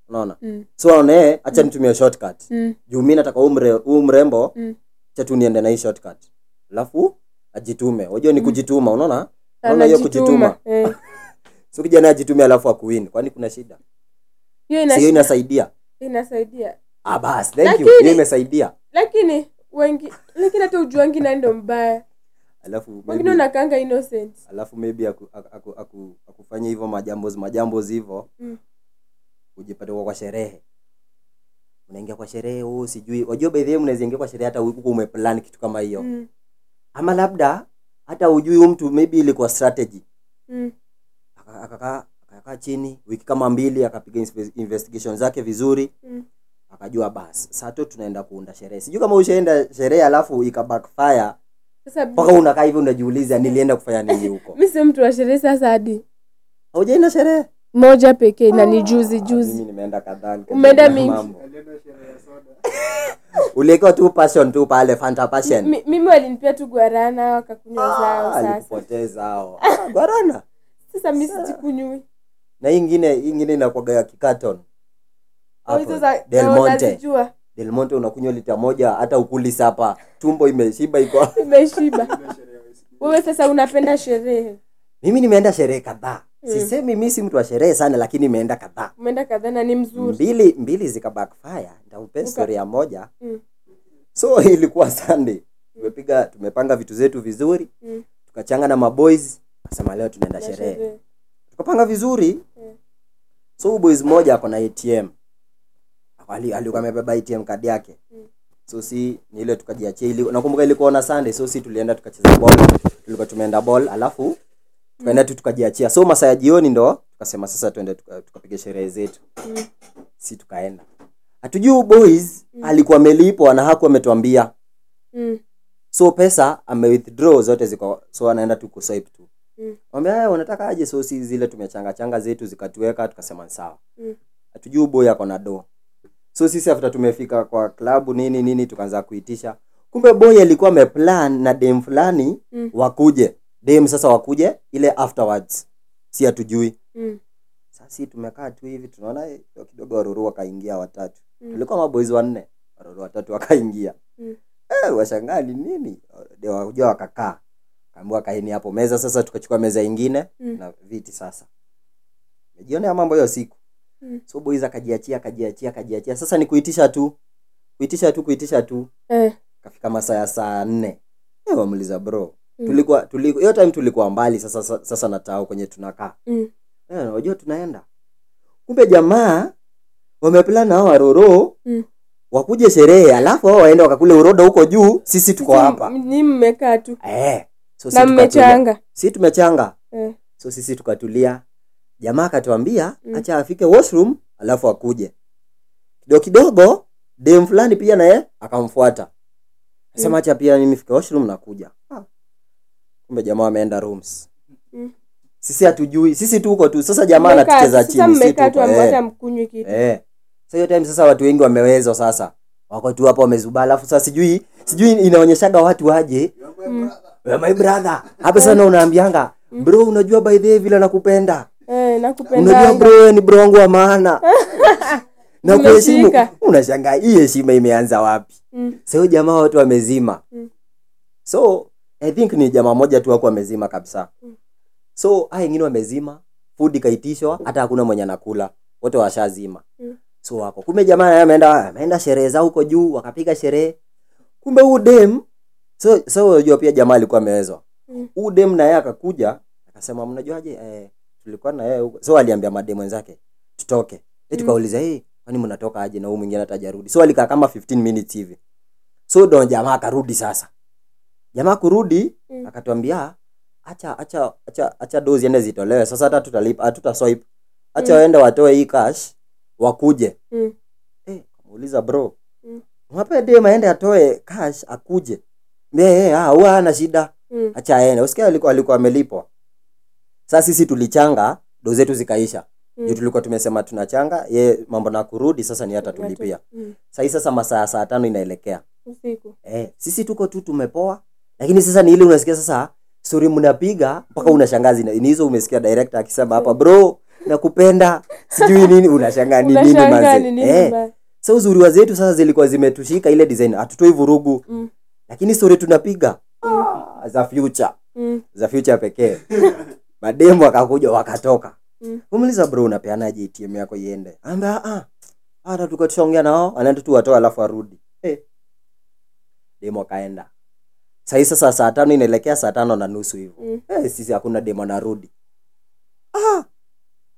A: unaona
B: mm,
A: so aone acha nitumie shortcut
B: mm,
A: juu mi nataka huu mre- huu mrembo
B: Mm.
A: cha tu niende na hii shortcut alafu ajitume wajua ni
B: Mm.
A: kujituma unaona unaona hiyo kujituma
B: anajituma eh.
A: so kijana ajitume alafu akuwin kwani kuna shida
B: hiyo
A: si
B: ina-
A: hiyo inasaidia
B: inasaidia
A: ah bas thank you
B: Lakini-
A: hiyo imesaidia
B: lakini wengi lakini hata ujuangi nani ndo mbaya
A: alafu
B: wengine
A: maybe,
B: unakanga innocent
A: alafu maybe aku, aku, aku, aku, akufanya hivyo majambos majambos hivyo
B: Mm.
A: ujipate uko kwa sherehe unaingia kwa sherehe huu sijui wajua by the way mnaweza ingia kwa sherehe hata huku umeplan kitu kama hiyo
B: mm,
A: ama labda hata ujui huyu mtu maybe ilikuwa strategy
B: mm,
A: Aka- akakaa akakaa chini wiki kama mbili akapiga inspe- investigation zake vizuri
B: mm.
A: akajua bas sato tunaenda kuunda sherehe sijui kama ushaenda sherehe alafu ika backfire
B: sasa
A: mpaka unakaa hivyo unajiuliza nilienda kufanya nini huko
B: mi si mtu wa sherehe sasa hadi
A: haujaenda sherehe
B: moja pekee na ni juzi
A: Ah,
B: juzi
A: mimi nimeenda kadhaa nikajua
B: Umeenda
A: ya
B: mingi.
A: mambo. uliekwa tu passion tu pale fanta passion
B: Mi- mimi walinipia tu guarana wakakunywa zao
A: Ah,
B: sasa
A: alikupoteza hao Ah, gwarana
B: sasa mi sijikunywi
A: na hii ingine hii ingine inakuwaga ya kikaton
B: Kwa
A: Hapo,
B: Oh, hizo za
A: Del
B: na
A: Monte
B: wanazijua
A: Del Monte unakunywa lita moja hata ukuli sapa tumbo imeshiba iko
B: imeshiba wewe sasa unapenda sherehe
A: mimi nimeenda sherehe kadhaa
B: Mm.
A: sisemi mi si mtu wa sherehe sana lakini nimeenda kadhaa
B: umeenda kadhaa na ni mzuri
A: mbili mbili zika backfire nitaupea
B: Uka-
A: story ya moja
B: Mm.
A: so ilikuwa sunday tumepiga tumepanga vitu zetu vizuri
B: Mm.
A: tukachanga na maboys asema leo tunaenda
B: na
A: sherehe
B: sherehe
A: tukapanga vizuri
B: Mm.
A: so huyu boys moja ako na atm Ako- ali- alikuwa amebeba atm kadi yake
B: Mm.
A: so si ni ile tukajiachia ili nakumbuka ilikuwa na sunday so si tulienda tukacheza ball tulikuwa tumeenda ball alafu tukaenda tu tukajiachia so masaa ya jioni ndo tukasema sasa tuende tuka- tukapiga sherehe zetu
B: Mm.
A: si tukaenda hatujui huyu boys
B: Mm.
A: alikuwa amelipwa na haku ametuambia
B: mm.
A: so pesa amewithdraw zote ziko so anaenda tu kuswipe tu
B: Mm.
A: wambia haya unataka aje so si zile tumechanga changa zetu zikatuweka tukasema ni sawa
B: Mm.
A: hatujui huyu boy ako na do so sisi after tumefika kwa klabu nini nini tukaanza kuitisha kumbe boy alikuwa ameplan na dem fulani
B: Mm.
A: wakuje dem sasa wakuje ile afterwards si hatujui
B: Mm.
A: sasi tumekaa tu hivi tunaona eh, kidogo waruru wakaingia watatu
B: Mm.
A: tulikuwa maboys wanne waruru watatu wakaingia
B: Mm.
A: eh, washangaa ni nini Ndio wakuja wakakaa kaambiwa kaeni hapo meza sasa tukachukua meza ingine
B: Mm.
A: na viti sasa mejionea mambo hiyo siku
B: Mm.
A: so boys akajiachia akajiachia akajiachia sasa ni kuitisha tu kuitisha tu kuitisha tu
B: Eh.
A: ikafika masaa ya saa nne Eh, wamuliza bro
B: mm.
A: tulikuwa tulikuwa hiyo time tulikuwa mbali sasa sasa, sasa natao kwenye tunakaa
B: Mm.
A: Eh, unajua tunaenda kumbe jamaa wameplana hao waroro
B: Mm.
A: wakuje sherehe alafu hao waende wakakule urodo huko juu sisi tuko
B: Sisi
A: hapa
B: m- nyi mmekaa tu
A: eh, so sisi
B: na
A: tukatulia.
B: mmechanga
A: Sisi tumechanga
B: eh.
A: so sisi tukatulia jamaa akatuambia
B: Mm.
A: acha afike washroom alafu akuje kidogo kidogo dem fulani pia naye akamfuata
B: Mm.
A: asema acha pia mimi fike washroom nakuja Ah. kumbe jamaa ameenda rooms
B: Mm.
A: sisi hatujui sisi tuko tu sasa jamaa
B: Mmekaa-
A: anatucheza
B: sasa
A: chini sisi
B: mmekaa tu
A: tuko
B: hamna
A: eh.
B: hata mkunywi kitu
A: Eh. So hiyo time sasa watu wengi wamewezwa sasa. Wako tu hapo wamezubaa alafu sasa sijui sijui inaonyeshaga watu waje.
B: Mm.
A: We are my brother. Hapo sana unaambianga, bro unajua by the way vile nakupenda.
B: Eh,
A: Unajua
B: nakupendanga
A: bro wewe ni bro wangu wa maana. na kuheshimu
B: Umeshika.
A: unashangaa hii heshima imeanza wapi?
B: Mm.
A: Sasa huyo jamaa watu wamezima.
B: Mm.
A: So I think ni jamaa moja tu wako wamezima kabisa.
B: Mm.
A: So haya wengine wamezima, food ikaitishwa, hata hakuna mwenye anakula. Wote washazima.
B: Mm.
A: So wako. Kumbe jamaa naye ameenda ameenda sherehe zao huko juu, wakapiga sherehe. Kumbe huu dem so so unajua pia jamaa alikuwa amewezwa.
B: Mm.
A: Huu dem naye akakuja akasema mnajuaje eh tulikuwa na yeye huko. So aliambia mademu wenzake tutoke. Eti
B: Mm.
A: kauliza eh kwani mnatoka aje na huyu mwingine atajarudi. So alikaa kama 15 minutes hivi. So ndo jamaa akarudi sasa. Jamaa kurudi
B: Mm.
A: akatuambia acha acha acha acha dozi ende zitolewe. Sasa hata tutalipa hatuta swipe. Acha
B: Mm.
A: waende watoe hii cash wakuje.
B: Mm.
A: Eh, kamuuliza bro.
B: Mm.
A: Mwape dem aende atoe cash akuje. Mbe eh ah huwa hana shida.
B: Mm.
A: Acha aende. Usikia alikuwa alikuwa amelipwa. Sasa sisi tulichanga dozi zetu zikaisha.
B: Mm.
A: Juu tulikuwa tumesema tunachanga, ye mambo na kurudi sasa ni hata tulipia.
B: Mm.
A: Sasa sasa masaa ya saa tano inaelekea.
B: usiku
A: Eh, sisi tuko tu tumepoa, lakini sasa ni ile unasikia sasa stori mnapiga
B: Mm.
A: mpaka unashangazi ni hizo umesikia director akisema hapa bro nakupenda sijui nini unashangaa ni Yaani nini
B: unashangaa
A: manze
B: ni nini
A: eh
B: mbaya.
A: sasa uzuri wa zetu sasa zilikuwa zimetushika ile design hatutoi vurugu
B: Mm.
A: lakini stori tunapiga ah, za future
B: Mm.
A: za future pekee mademu wakakuja wakatoka
B: Mm.
A: umuliza bro unapeanaje ATM yako iende ambia ah hata tulikuwa tushaongea nao anaenda tu watoa alafu arudi hey.
B: Eh.
A: demo akaenda sahii sasa saa tano inaelekea saa tano na nusu hivyo
B: Mm.
A: hey, sisi hakuna demo anarudi ah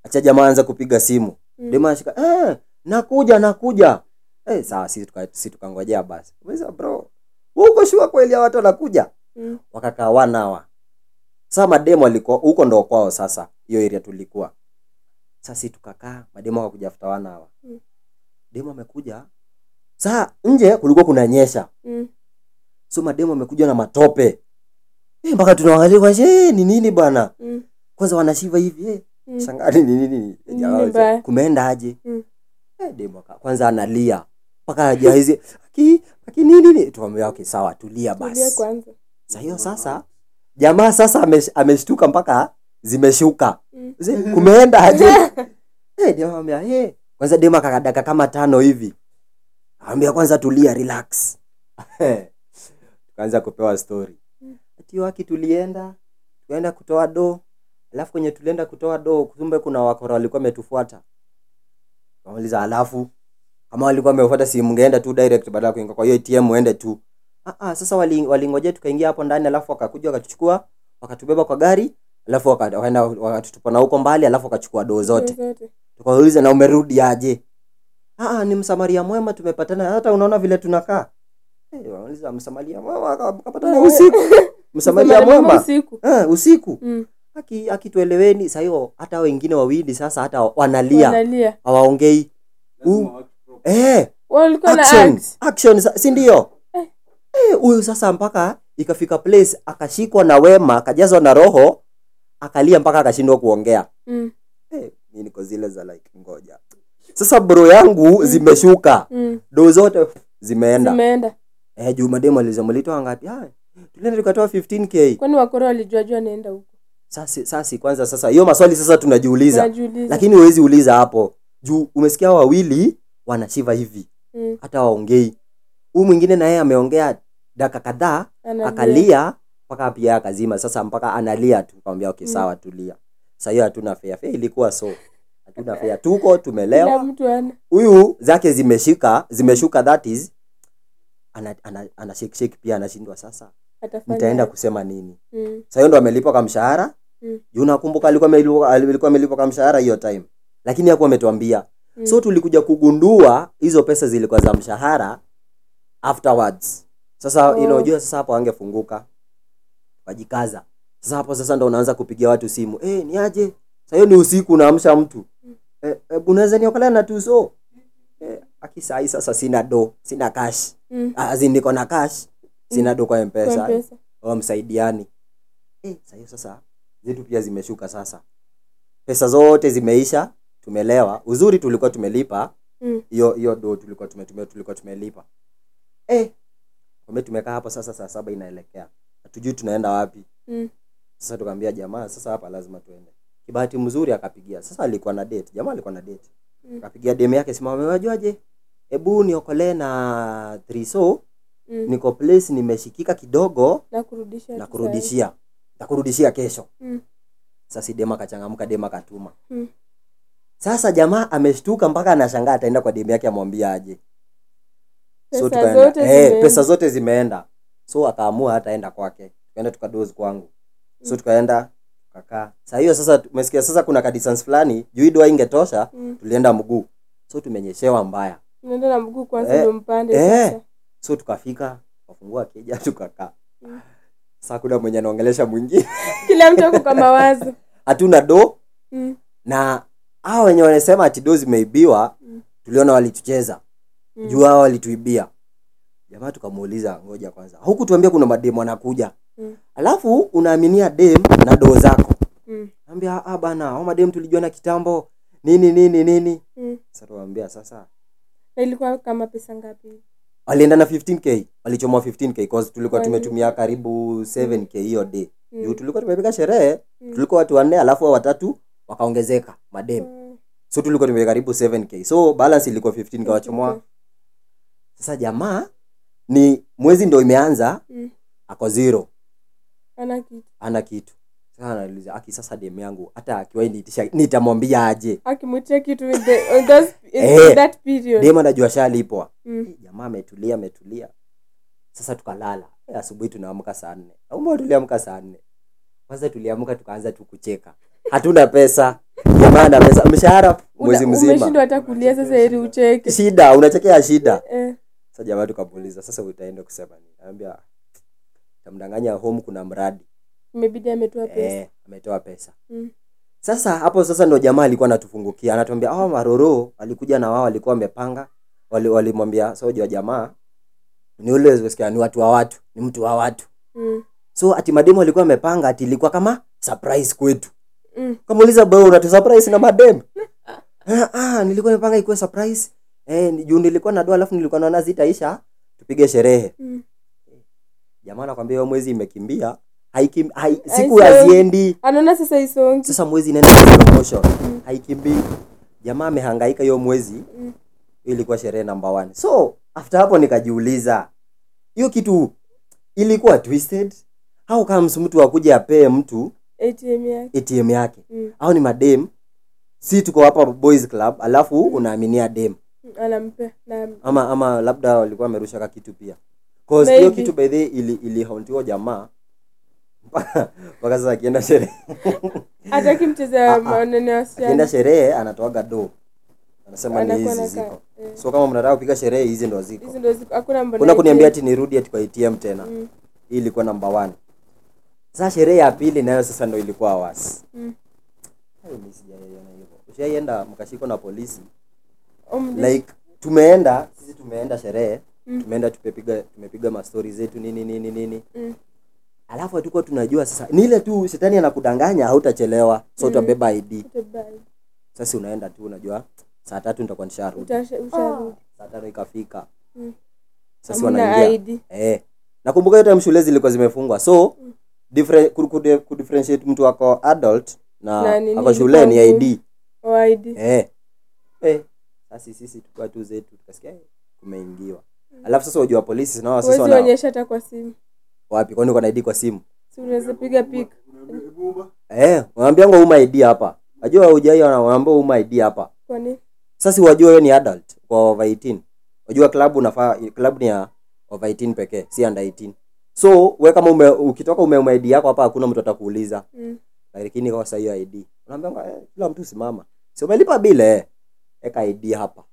A: acha jamaa anza kupiga simu
B: Mm.
A: demo anashika eh nakuja nakuja hey, sawa sisi tuka, sisi tukangojea basi umuliza bro wewe uko shua kweli hawa watu wanakuja
B: Mm.
A: wakakaa wanawa saa mademo alikuwa huko ndo kwao sasa hiyo area tulikuwa sasi tukakaa mademo akakuja afta wanawa
B: Mm.
A: demo amekuja saa nje kulikuwa kunanyesha
B: Mm.
A: so mademo amekuja na matope Eh, mpaka tunaangalia kwanza, eh, ni nini bwana
B: Mm.
A: kwanza wanashiva hivi eh,
B: Mm.
A: shangani ni nini
B: Ni
A: Jamaa,
B: mbaya.
A: kumeenda aje
B: Mm.
A: eh, demo aka- kwanza analia mpaka ajaizi aki aki nini nini tuambia okay sawa tulia basi
B: Tulia kwanza
A: Sa hiyo sasa jamaa sasa amesh- ameshtuka mpaka zimeshuka.
B: Mm.
A: Mzee, Kumeenda aje? Eh, jamaa amwambia, "Hey." Kwanza dema kakadaka kama tano hivi. Amwambia kwanza tulia relax. Kaanza kupewa story.
B: Mm.
A: Ati waki tulienda, tukaenda kutoa do. Alafu kwenye tulienda kutoa do, kumbe kuna wakora walikuwa wametufuata. Kauliza alafu kama walikuwa wamefuata si mngeenda tu direct badala ya kuingia kwa hiyo ATM muende tu. Ah, ah, sasa wali- walingojea tukaingia hapo ndani alafu wakakuja wakatuchukua wakatubeba kwa gari alafu waka- wakaenda wakatutupa na huko mbali alafu wakachukua doo zote
B: zote
A: tukauliza na umerudi aje ah, ah, ni msamaria mwema tumepatana hata unaona vile tunakaa Eh, wanauliza msamaria mwema akapatana usiku msamaria
B: Mama
A: mwema
B: usiku
A: eh, usiku
B: Mm.
A: aki akitueleweni saa hiyo hata wengine wawili sasa hata wanalia
B: wanalia
A: hawaongei
C: Lazima
A: U-
C: watu probe.
A: eh,
B: walikuwa na
A: action
B: act.
A: action sa- si ndio Eh, huyu sasa mpaka ikafika place akashikwa na wema akajazwa na roho akalia mpaka akashindwa kuongea
B: Mm.
A: eh, mi niko zile za like ngoja sasa bro yangu zimeshuka
B: Mm.
A: do zote zimeenda
B: zimeenda
A: eh, juu mademu aliuliza mlitoa ngapi Ah, tulienda tukatoa 15k
B: kwani wakora walijuajua naenda huko
A: sasi sasi kwanza sasa hiyo maswali sasa tunajiuliza
B: wanajiuliza
A: lakini huwezi uliza hapo juu umesikia hao wawili wanashiva hivi
B: Mm.
A: hata waongei huu mwingine naye ameongea daka kadhaa
B: Analia.
A: akalia mpaka pia akazima sasa mpaka analia tu kawambia okay,
B: Mm.
A: sawa tulia Sasa hiyo hatuna fea fea ilikuwa so hatuna fea tuko
B: Kila
A: tumelewa
B: mtu ana
A: huyu zake zimeshika zimeshuka that is ana, ana, ana shake shake pia anashindwa sasa
B: atafanya
A: mtaenda
B: aje?
A: kusema nini
B: Mm,
A: sahiyo ndo amelipwa kamshahara
B: Mm.
A: juu nakumbuka alikuwa amelipwa- alikuwa amelipwa kamshahara hiyo time lakini hakuwa ametuambia
B: mm.
A: so tulikuja kugundua hizo pesa zilikuwa za mshahara afterwards sasa
B: Oh.
A: oh. unajua sasa hapo angefunguka wajikaza sasa hapo sasa ndo unaanza kupigia watu simu eh ni aje sasa hiyo ni usiku unaamsha mtu
B: Mm.
A: eh, eh, unaweza niokolea na tuzo eh, akisai sasa sina do sina cash
B: Mm,
A: Ah, as in niko na cash sina do kwa
B: kwa
A: mpesa
B: M-Pesa.
A: au msaidiani eh, sahiyo sasa zetu pia zimeshuka sasa pesa zote zimeisha tumelewa uzuri tulikuwa tumelipa
B: Mm.
A: hiyo hiyo do tulikuwa tumetumia tulikuwa tumelipa eh, kumbe tumekaa hapo sasa saa saba inaelekea hatujui tunaenda wapi
B: Mm.
A: sasa tukaambia jamaa sasa hapa lazima tuende kibahati mzuri akapigia sasa alikuwa na date jamaa alikuwa na date
B: Mm.
A: akapigia dem yake sema wamewajuaje hebu niokolee na thriso
B: Mm.
A: niko place nimeshikika kidogo
B: na kurudisha
A: na
B: tu
A: kurudishia na kurudishia kesho
B: Mm.
A: sasa si dema akachangamka dema akatuma
B: Mm.
A: sasa jamaa ameshtuka mpaka anashangaa ataenda kwa demu yake amwambia aje
B: Pesa
A: tukaenda-
B: zote
A: eh,
B: zimeenda.
A: pesa zote zimeenda so akaamua hataenda kwake tukaenda tukadozi kwangu so
B: Mm.
A: tukaenda tukakaa saa hiyo sasa umesikia sasa kuna kadistance fulani juu hii dua ingetosha
B: Mm.
A: tulienda mguu so tumenyeshewa mbaya
B: unaenda na mguu kwanza
A: Eh,
B: ndo mpande
A: eh.
B: sasa
A: so tukafika tukafungua keja tukakaa
B: Mm.
A: sasa kuna mwenye anaongelesha mwingine
B: kila mtu ako kwa mawazo
A: hatuna doo
B: Mm,
A: na hao wenye wanasema ati doo zimeibiwa
B: Mm.
A: tuliona walitucheza
B: mm.
A: juu hao walituibia jamaa tukamuuliza ngoja kwanza huku tuambia kuna mademu wanakuja
B: Mm.
A: alafu unaaminia dem na doo zako
B: Mm,
A: ambia ah bana hao mademu tulijuana kitambo nini nini nini
B: mm.
A: sasa tuambia sasa
B: na ilikuwa kama pesa ngapi Mm,
A: walienda na 15k walichomoa 15k cause tulikuwa
B: Wali-
A: tumetumia karibu 7k hiyo day
B: Mm,
A: juu tulikuwa tumepiga sherehe
B: mm.
A: tulikuwa watu wanne alafu hao watatu wakaongezeka mademu
B: Mm,
A: so tulikuwa tumeweka karibu 7k so balance ilikuwa 15 kawachomoa
B: okay.
A: sasa jamaa ni mwezi ndo imeanza
B: Mm.
A: ako zero
B: ana kitu
A: ana kitu sasa anauliza aki sasa dem yangu hata akiwa niitisha nitamwambia aje
B: akimwitia kitu in the, on those, in
A: Eh.
B: that period
A: dem anajua shalipwa
B: mm.
A: Eh, jamaa ametulia ametulia sasa tukalala Eh, asubuhi tunaamka saa nne aumbao tuliamka saa nne kwanza tuliamka tukaanza tu kucheka hatuna pesa jamaa na pesa mshahara mwezi
B: Una-
A: mzima
B: umeshindwa hata kulia sasa ili ucheke
A: shida unachekea shida
B: eh.
A: sasa jamaa tukamuuliza sasa utaenda kusema nini anambia tamdanganya home kuna mradi
B: imebidi ametoa pesa
A: eh, ametoa pesa
B: Mm.
A: sasa hapo sasa ndo jamaa alikuwa anatufungukia anatuambia awa maroro walikuja na wao walikuwa wamepanga wali- walimwambia wali soja jamaa ni ule usikia ni watu wa watu ni mtu wa watu
B: mm.
A: so ati mademu alikuwa amepanga ati ilikuwa kama surprise kwetu
B: Mm.
A: kamuuliza bro unatu surprise na madem ah, ah, nilikuwa nimepanga ikuwe surprise eh, ni- juu nilikuwa na doa alafu nilikuwa naona zitaisha tupige sherehe
B: Mm.
A: jamaa nakwambia hiyo mwezi imekimbia haikim, hai, siku
B: Haisongi.
A: haziendi
B: anaona sasa isongi
A: sasa mwezi inaenda kwa slow motion
B: Mm.
A: haikimbii jamaa amehangaika hiyo mwezi
B: Mm.
A: hiyo ilikuwa sherehe namba one so after hapo nikajiuliza hiyo kitu ilikuwa twisted au comes mtu akuja apee mtu
B: atm yake
A: atm yake
B: mm.
A: au ni madem si tuko hapa boys club alafu
B: Mm.
A: unaaminia dem
B: anampea na
A: ama ama labda walikuwa wamerusha ka kitu pia cause hiyo
B: Maybe.
A: kitu by the way ili ilihauntiwa jamaa mpaka mpaka sasa akienda sherehe
B: hataki
A: Ah,
B: mcheza
A: ah.
B: maneno
A: akienda
B: ya wasichana
A: sherehe anatoaga do anasema ni
B: anakuwa
A: hizi
B: nakaa
A: ziko
B: eh.
A: so kama mnataka kupiga sherehe hizi ndo ziko
B: hizi ndo ziko hakuna mbona
A: kuna kuniambia
B: ATM.
A: ati nirudi ati kwa atm tena
B: Mm.
A: hii ilikuwa namba one sasa sherehe ya pili nayo sasa ndo ilikuwa wasi
B: Mm.
A: ushaienda mkashikwa na polisi
B: Omdi.
A: like tumeenda sisi tumeenda sherehe
B: Mm.
A: tumeenda tumepiga tumepiga mastori zetu nini nini nini
B: Mm.
A: alafu hatukuwa tunajua sasa ni ile tu shetani anakudanganya hautachelewa so
B: Mm.
A: utabeba id
B: Utabai.
A: sasa unaenda tu unajua saa tatu nitakuwa nisharudi
B: Utasha- usharudi.
A: saa tano ikafika
B: Mm.
A: sasa
B: Hamna
A: wanaingia
B: ID.
A: eh nakumbuka hiyo time shule zilikuwa zimefungwa so
B: Mm.
A: different ku- ku- kudifferentiate mtu ako adult na
B: Na nini
A: ako
B: ilikuwa
A: shule ni
B: ngumu.
A: id
B: Oh, ID.
A: eh eh sasa sisi tukua tu zetu tukasikia eh, kumeingiwa alafu sasa wajua polisi nao sasa
B: Mm. Huwezi
A: wana
B: onyesha hata kwa simu
A: wapi kwani uko na ID kwa simu
B: si unaweza piga
A: Mm.
B: pika
A: eh wanaambianga uma ID hapa wajua hujai wana- wanaambia uma ID hapa
B: kwani
A: sasa si wajua wewe ni adult kwa over 18 wajua klabu unafaa klabu ni ya over 18 pekee si under 18 so we kama ume, ukitoka umeuma ID yako hapa hakuna mtu atakuuliza
B: Mm.
A: lakini kwa sasa hiyo ID unaambia eh, kila mtu simama si umelipa bile eh. eka ID hapa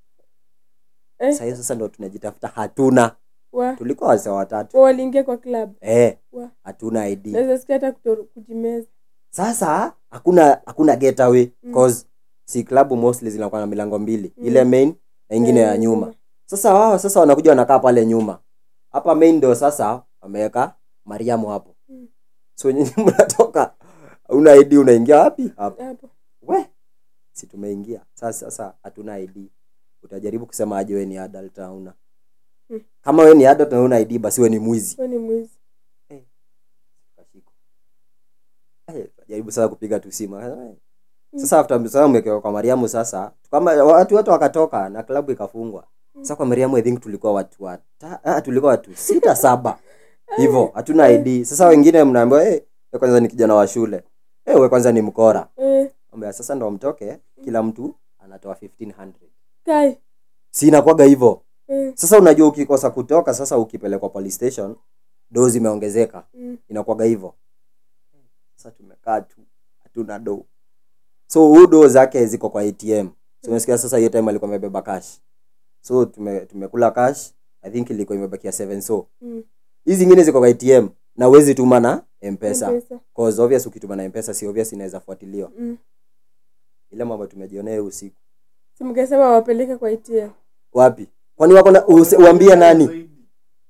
B: Eh.
A: sasa hiyo sasa ndo tunajitafuta hatuna
B: Wa-
A: tulikuwa wazee watatu
B: wa- waliingia kwa club
A: eh
B: Wa. Eh?
A: hatuna ID
B: naweza sikia hata kuto- kujimeza
A: sasa hakuna hakuna getaway
B: Mm.
A: cause si klabu mostly zinakuwa na milango mbili
B: Mm.
A: ile main na ingine ya
B: Eh,
A: nyuma sasa wao sasa wanakuja wanakaa pale nyuma hapa main ndo sasa wameweka mariamu hapo
B: Mm.
A: so nyinyi mnatoka una id unaingia wapi hapo
B: hapo
A: we si tumeingia sasa sasa hatuna id utajaribu kusema aje we ni adult hauna
B: Mm.
A: kama we ni adult na una id basi we ni mwizi
B: huyo ni mwizi
A: kashiko Eh, jaribu sasa kupiga tu simu Akasema, eh. sasa after sasa umekewa kwa mariamu sasa kama watu wote wakatoka na klabu ikafungwa sasa kwa mariamu i think tulikuwa watu wata, ah, tulikuwa watu sita saba hivyo hatuna id sasa wengine mnaambiwa eh wewe kwanza ni kijana wa shule eh wewe kwanza ni mkora
B: eh,
A: Ambia, sasa ndo mtoke kila mtu anatoa 1500
B: kai
A: si inakuwaga hivyo
B: eh,
A: sasa unajua ukikosa kutoka sasa ukipelekwa police station doo zimeongezeka
B: mm,
A: inakuwaga hivyo sasa tumekaa tu hatuna do so huu do zake ziko kwa atm so umesikia sasa hiyo time alikuwa amebeba cash so tume, tumekula cash i think ilikuwa imebakia 7 so
B: mm.
A: hizi zingine ziko kwa atm na uwezi tuma na mpesa
B: Mpesa,
A: cause obvious ukituma na mpesa si obvious inaweza fuatiliwa
B: mm.
A: ile mambo tumejionea hiyo usiku
B: Si mngesema wapeleke kwa itia
A: wapi kwani wako na use- uambie nani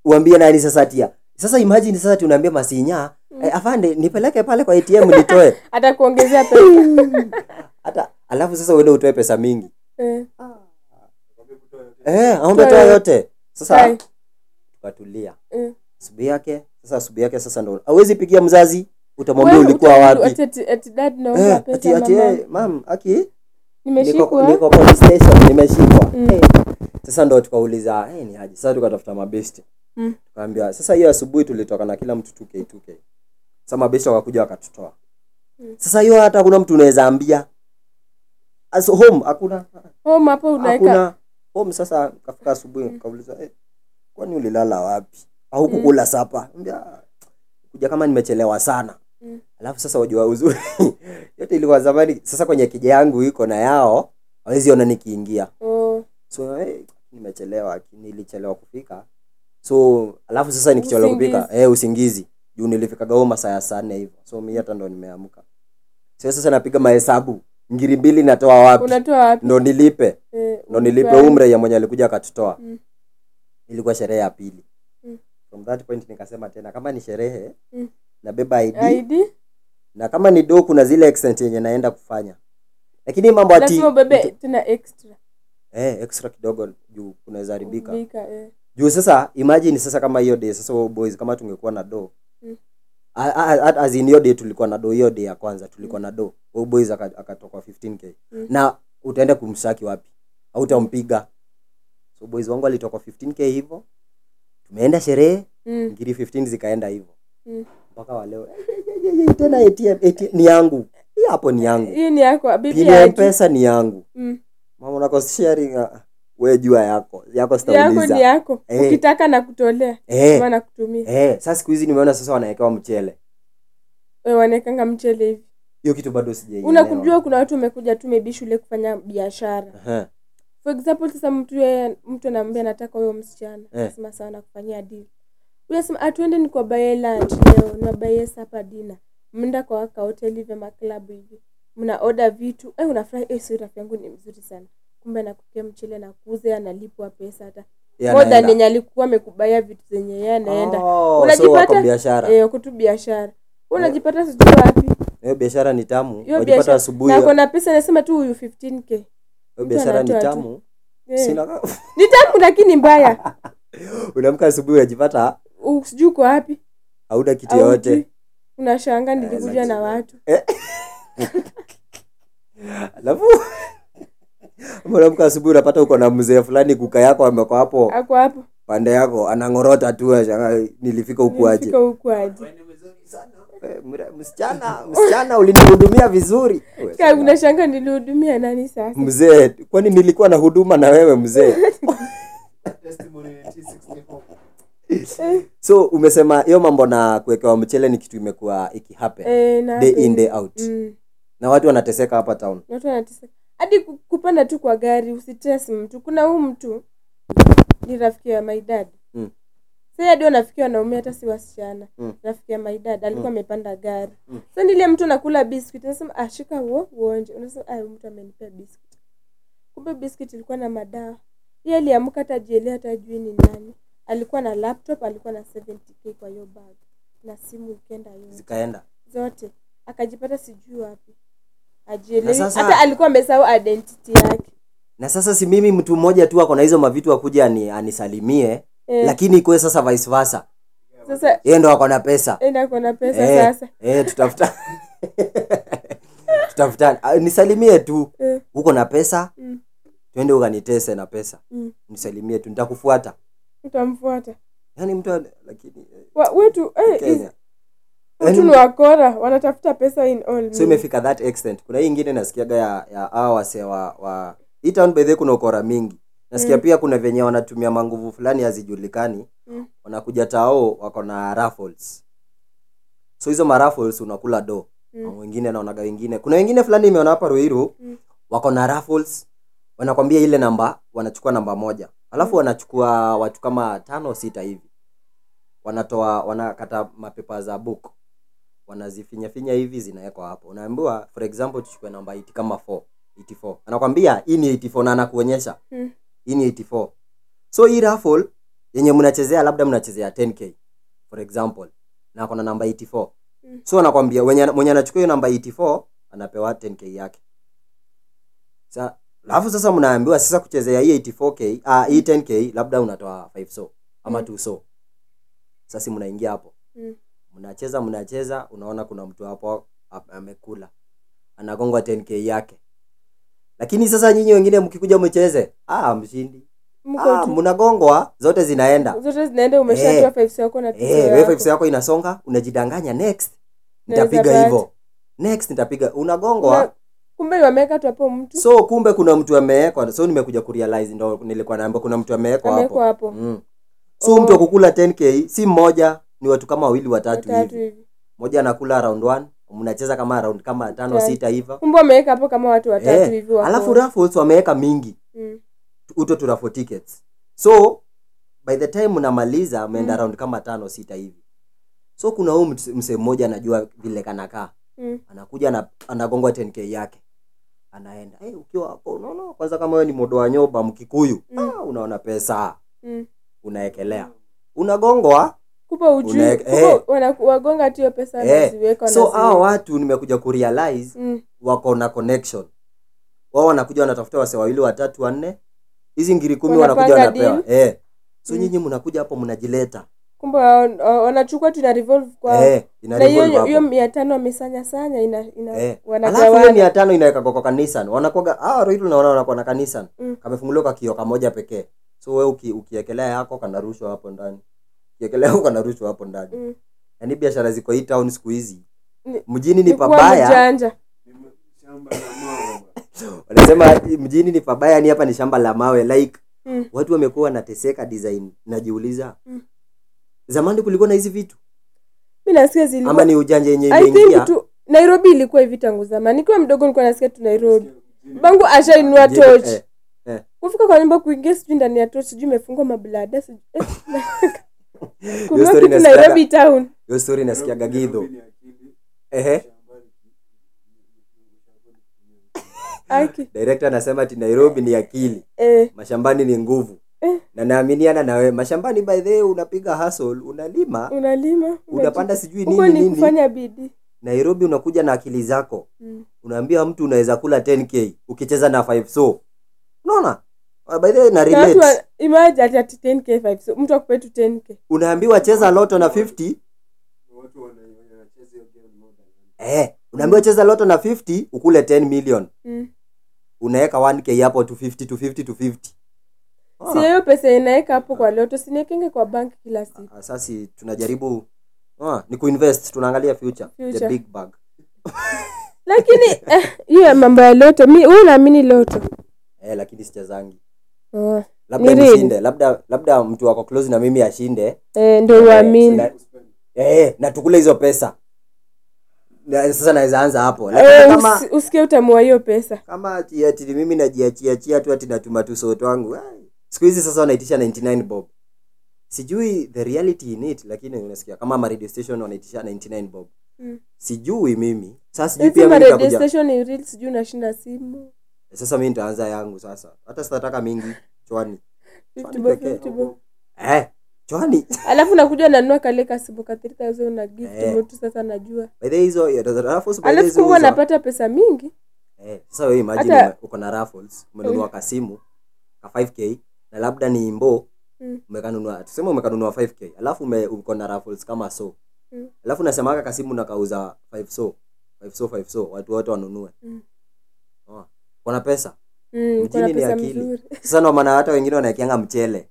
A: uambie nani sasa tia sasa imagine sasa tunaambia masinya eh, afande nipeleke pale kwa atm nitoe
B: hata kuongezea pesa
A: hata alafu sasa uende utoe pesa mingi
B: eh,
A: eh, aumetoa
B: Toa
A: yote sasa
B: kai
A: tukatulia
B: eh.
A: asubuhi yake sasa asubuhi yake sasa ndo awezi pigia mzazi utamwambia
B: Wewe
A: ulikuwa
B: utamwambia
A: wapi
B: ati- ati- ati dad naomba
A: Eh,
B: pesa
A: ati- ati,
B: mama.
A: eh, mam aki niko
B: nimeshikwa
A: niko police station nimeshikwa
B: Mm.
A: Eh, sasa ndo tukauliza hey, ni aje sasa tukatafuta mabesti
B: Mm.
A: tukaambia sasa hiyo asubuhi tulitoka na kila mtu 2k 2k sasa mabesti wakakuja wakatutoa
B: Mm.
A: sasa hiyo hata hakuna mtu unaweza ambia As home hakuna
B: home hapo unaweka
A: hakuna home sasa kafika asubuhi kauliza eh, kwani ulilala wapi au kukula sapa Ambia, kuja kama nimechelewa sana
B: Mm.
A: alafu sasa wajua uzuri yote ilikuwa zamani sasa kwenye kija yangu iko na yao hawezi ona nikiingia
B: Oh,
A: so eh, nimechelewa nilichelewa kufika so alafu sasa nikichelewa kufika eh, usingizi juu nilifikaga home masaa ya saa nne hivyo so mi hata ndo nimeamka so sasa napiga mahesabu ngiri mbili natoa wapi
B: unatoa wapi
A: ndo nilipe
B: Eh,
A: ndo nilipe
B: unatoa-
A: umre ya mwenye alikuja akatutoa
B: Mm.
A: ilikuwa sherehe ya pili
B: Mm.
A: from that point nikasema tena kama ni sherehe
B: Mm.
A: nabeba ID,
B: ID
A: na kama ni do kuna zile extent yenye naenda kufanya lakini mambo ati
B: lazima ubebe
A: mtu-
B: tena extra
A: eh, extra kidogo juu kunaweza haribika
B: Kubika, eh.
A: juu sasa imagine sasa kama hiyo day sasa oh boys kama tungekuwa na do
B: Mm.
A: A- a- a- as in hiyo day tulikuwa na do hiyo day ya kwanza tulikuwa na do oh boys aka- akatoka 15k
B: Mm.
A: na utaenda kumshtaki wapi au utampiga so boys wangu alitoka 15k hivyo tumeenda sherehe
B: Mm,
A: ngiri 15 zikaenda hivyo
B: mm.
A: mpaka waleo tena ATM, ATM, ni yangu hii hapo ni yangu
B: hii ni yako bibi
A: pini ya
B: yake.
A: mpesa ni yangu
B: Mm.
A: mama unako sharing ah, we jua yako yako
B: yako ni
A: sitauliza
B: yako
A: Eh.
B: ukitaka na kutolea
A: eh,
B: ama na kutumia
A: Eh, sasa siku hizi nimeona sasa wanawekewa mchele.
B: eh. wanaekanga mchele hivi
A: Hiyo kitu bado sijaielewa.
B: unakujua kuna watu wamekuja tu maybe shule kufanya biashara
A: Aha.
B: for example sasa mtu yeye mtu anamwambia nataka huyo msichana
A: Eh.
B: nasema sawa nakufanyia deal uyasema atuende ni kwa baye lunch leo na baye sapa dina mnda kwa waka hotel hivi maklabu hivi mna order vitu eh, unafurahi eh, sio rafiki yangu ni mzuri sana kumbe anakukia mchele na kuuza analipwa pesa hata
A: Yeye
B: moda
A: anaenda.
B: yenye alikuwa amekubaia vitu zenye yeye anaenda
A: Oh, so
B: Unajipata-
A: wako biashara.
B: eh, wako tu biashara Wewe unajipata sijui wapi
A: Hiyo biashara ni tamu.
B: hiyo
A: Wajipata
B: biashara
A: asubuhi.
B: na
A: Hiyo
B: kona pesa nasema tu huyu 15k
A: biashara ni
B: anatoa tu.
A: tamu.
B: Eh.
A: Sina
B: ni tamu lakini mbaya
A: Unaamka asubuhi unajipata
B: U- sijui uko wapi
A: hauna kitu
B: au
A: yoyote.
B: hujui. unashanga
A: Naweza
B: nilikuja na watu
A: Alafu ama unaamka asubuhi unapata uko na mzee fulani kuka yako ameko hapo
B: ako hapo
A: pande yako anang'orota tu ashangaa, nilifika ukuaje.
B: nilifika huku aje
A: Eh, mre- Msichana, msichana ulinihudumia vizuri. Wewe,
B: Ka- unashanga nilihudumia nani sasa
A: mzee kwani nilikuwa na huduma na wewe mzee so umesema hiyo mambo na kuwekewa mchele ni kitu imekuwa ikihappen
B: Eh, na
A: day in day out
B: Mm.
A: na watu wanateseka hapa town
B: Na watu wanateseka hadi ku- kupanda tu kwa gari usites mtu kuna huu mtu ni rafiki ya my dad
A: Mm.
B: Sasa hadi wanafikia wanaume hata si wasichana
A: Mm.
B: rafiki ya my dad alikuwa amepanda gari
A: Mm.
B: sasa ndile mtu anakula biscuit anasema ah shika huo uonje unasema ah huyu mtu amenipea biscuit kumbe biscuit ilikuwa na madawa yeye aliamka hata jielewa hata jui ni nani alikuwa na laptop alikuwa na 70k kwa hiyo bag na simu ikenda yote
A: zikaenda
B: zote akajipata sijui wapi
A: Na
B: ajielewi
A: sasa-
B: hata alikuwa amesahau identity yake
A: na sasa si mimi mtu mmoja tu ako na hizo mavitu akuja ani, anisalimie
B: Eh.
A: lakini ikuwe sasa vice versa
B: sasa
A: yeye ndo ako na pesa
B: enda kona pesa
A: Eh,
B: sasa
A: eh, tutafuta tutafutana Ah, nisalimie tu
B: Eh.
A: uko na pesa
B: Mm.
A: twende ukanitese na pesa
B: Mm.
A: nisalimie tu nitakufuata
B: utamfuata
A: yaani mtu ana- lakini eh,
B: Wa- wetu eh, is-
A: kenya
B: wetu ni wakora wanatafuta pesa in all
A: so imefika that extent kuna hii ingine nasikiaga ya ya hawa wasee wa, wa hii town by the way kuna ukora mingi nasikia
B: Mm.
A: pia kuna venye wanatumia manguvu fulani hazijulikani
B: Mm.
A: wanakuja tao wako na raffles so hizo maraffles unakula do
B: Mm.
A: na wengine naonaga wengine kuna wengine fulani imeona hapa ruiru
B: Mm.
A: wako na raffles wanakwambia ile namba wanachukua namba moja
B: Mm.
A: alafu wanachukua watu kama tano sita hivi wanatoa wanakata mapepa za book wanazifinyafinya hivi zinawekwa hapo unaambiwa for example tuchukue namba iti kama 4 84 anakwambia hii ni 84 na anakuonyesha
B: Mm.
A: hii ni 84 so hii raffle yenye mnachezea labda mnachezea 10k for example na ako na namba 84
B: Mm.
A: so anakwambia wenye- mwenye anachukua hiyo namba 84 anapewa 10k yake sa alafu sasa mnaambiwa sasa kuchezea hii 84k ah, hii 10k labda unatoa 5 so ama
B: Mm.
A: 2 so sasa mnaingia hapo
B: Mm.
A: mnacheza mnacheza unaona kuna mtu hapo ap- amekula anagongwa 10k yake lakini sasa nyinyi wengine mkikuja mcheze ah mshindi
B: Mko
A: ah,
B: tu.
A: mnagongwa zote zinaenda
B: zote zinaenda umeshatoa
A: Eh.
B: fives yako na tuzo
A: eh, wewe
B: yako.
A: vibes yako inasonga unajidanganya next
B: Naweza
A: nitapiga
B: bat.
A: hivyo next nitapiga unagongwa
B: Una- kumbe wameweka tu hapo mtu
A: so kumbe kuna mtu amewekwa so nimekuja kurealize ndo nilikuwa naambia kuna mtu amewekwa hapo
B: amewekwa hapo
A: mm. so mtu akukula 10k si mmoja ni watu kama wawili watatu
B: watatu
A: hivi
B: hivi
A: moja anakula round 1 mnacheza kama round kama tano
B: Tatu.
A: sita hivyo
B: kumbe wameweka hapo kama watu watatu
A: eh,
B: hivi wako.
A: alafu raffles wameweka mingi
B: Mm.
A: uto tu raffle tickets so by the time unamaliza ameenda
B: Mm.
A: round kama tano sita hivi so kuna huu mts- msee mmoja anajua vile kanakaa
B: Mm.
A: anakuja ana, anagongwa 10k yake anaenda hey, ukiwa hapo unaona kwanza kama wewe ni modo wa nyoba mkikuyu
B: Mm.
A: ah, unaona pesa
B: Mm.
A: unaekelea unagongwa
B: kumbe ujui
A: Unaeka-
B: kumbe
A: eh.
B: wana- wagonga tu hiyo pesa
A: eh.
B: wanaziweka
A: so
B: wanaziweka.
A: hawa watu nimekuja kurealize
B: Mm.
A: wako na connection wao wanakuja wanatafuta wase wawili watatu wanne hizi ngiri kumi
B: Wanapanga
A: wanakuja wanapewa eh. so
B: Mm.
A: nyinyi mnakuja hapo mnajileta
B: kumbe wa- wa- wanachukua tu ina revolve kwao
A: eh,
B: na hiyo
A: inarivolve
B: hiyo
A: hapo
B: mia tano wamesanya sanya ina, ina
A: eh. alafu hiyo
B: wanagawana
A: mia tano inaweka kwa kanisan wanakuaga ah, roidu naona wanakuwa na kanisan
B: Mm.
A: kamefunguliwa kwa kio kamoja pekee so we uki, ukiekelea yako kanarushwa hapo ndani ukiekelea yako kanarushwa hapo ndani
B: Mm.
A: yaani biashara ziko hii town siku hizi
B: Ni-
A: mjini ni
B: Ni kuwa
A: pabaya
B: mjanja
A: wanasema mjini ni pabaya ni hapa ni shamba la mawe like
B: Mm.
A: watu wamekuwa wanateseka design najiuliza
B: Mm.
A: zamani kulikuwa na hizi vitu
B: mi nasikia zilikuwa-
A: ama ni ujanja yenye
B: I think
A: imeingia
B: tu Nairobi ilikuwa hivi tangu zamani. Nikiwa mdogo nilikuwa nasikia tu Nairobi. Bangu ashainua
A: Mjini,
B: torch.
A: eh,
B: Kufika kwa nyumba kuingia sijui ndani ya torch sijui imefungwa mablada sijui. eh,
A: hiyo
B: Kununua
A: story
B: kitu
A: nasikiaga-
B: Nairobi town.
A: hiyo story nasikiaga gidho ehe
B: Aki.
A: director anasema ati nairobi ni akili
B: Eh,
A: mashambani ni nguvu
B: Eh.
A: na naaminiana nawe mashambani by the way unapiga hustle unalima
B: unalima.
A: unapanda sijui
B: Mm, Huko
A: nini
B: ni
A: nini
B: kufanya bidii.
A: nairobi unakuja na akili zako
B: Mm.
A: unaambia mtu unaweza kula 10k ukicheza na 5 so unaona Ah, by the way, na
B: Na watu
A: relate
B: wa- imagine ati ati 10k 5 so mtu akupe tu 10k.
A: unaambiwa cheza loto na 50 eh unaambiwa cheza loto na 50 ukule 10 million
B: Mm.
A: unaweka 1k hapo 250 250 250
B: Si
A: Unaona?
B: hiyo pesa inaeka hapo kwa loto, siniekenge kwa bank kila siku.
A: Ah, sasa tunajaribu ah, ni kuinvest tunaangalia future, the
B: Future.
A: big bag
B: Lakini eh, hiyo ya mambo ya loto, mi wewe unaamini loto?
A: eh lakini sichezangi
B: Oh.
A: labda
C: Ni real.
A: nishinde labda labda mtu wako close na mimi ashinde
C: eh, ndo uamini
A: Na- eh, na tukule hizo pesa Na- sasa naweza anza hapo Lakini
C: Eh,
A: kama
C: usi- usikie utamu wa hiyo pesa
A: kama ati ati ni mimi najiachiachia tu ati natuma tu soto wangu ah, siku hizi sasa wanaitisha 99 bob sijui the reality in it lakini unasikia kama ma radio station wanaitisha 99 bob
B: Mm.
A: sijui mimi sasa sijui
B: hizi
A: pia mimi
B: ma-radio
A: nitakuja
B: station ni real sijui unashinda simu
A: sasa mimi nitaanza yangu sasa hata sitataka mingi chwani
B: 50
A: Chwani
B: bob,
A: pekee.
B: 50 bob.
A: eh chwani
B: alafu nakuja nanua kale kasibu ka 3000 na gift
A: Eh.
B: ndio tu sasa najua
A: by the way, hizo alafu by the way,
B: alafu
A: hizo huza-
B: kumbe anapata pesa mingi
A: Eh, sasa wewe imagine
B: Hata-
A: ume- uko na raffles umenunua kasimu ka 5k na labda ni imbo
B: Mm.
A: umekanunua tuseme umekanunua 5k alafu ume, uko na raffles kama so
B: Mm.
A: alafu nasemaga kasimu nakauza 5 so 5 so 5 so watu wote wanunue
B: Mm.
A: oh. kuna pesa
B: mm, kuna
A: Mjini ni
B: pesa
A: akili.
B: mzuri
A: sasa ndio maana hata wengine wanaekianga mchele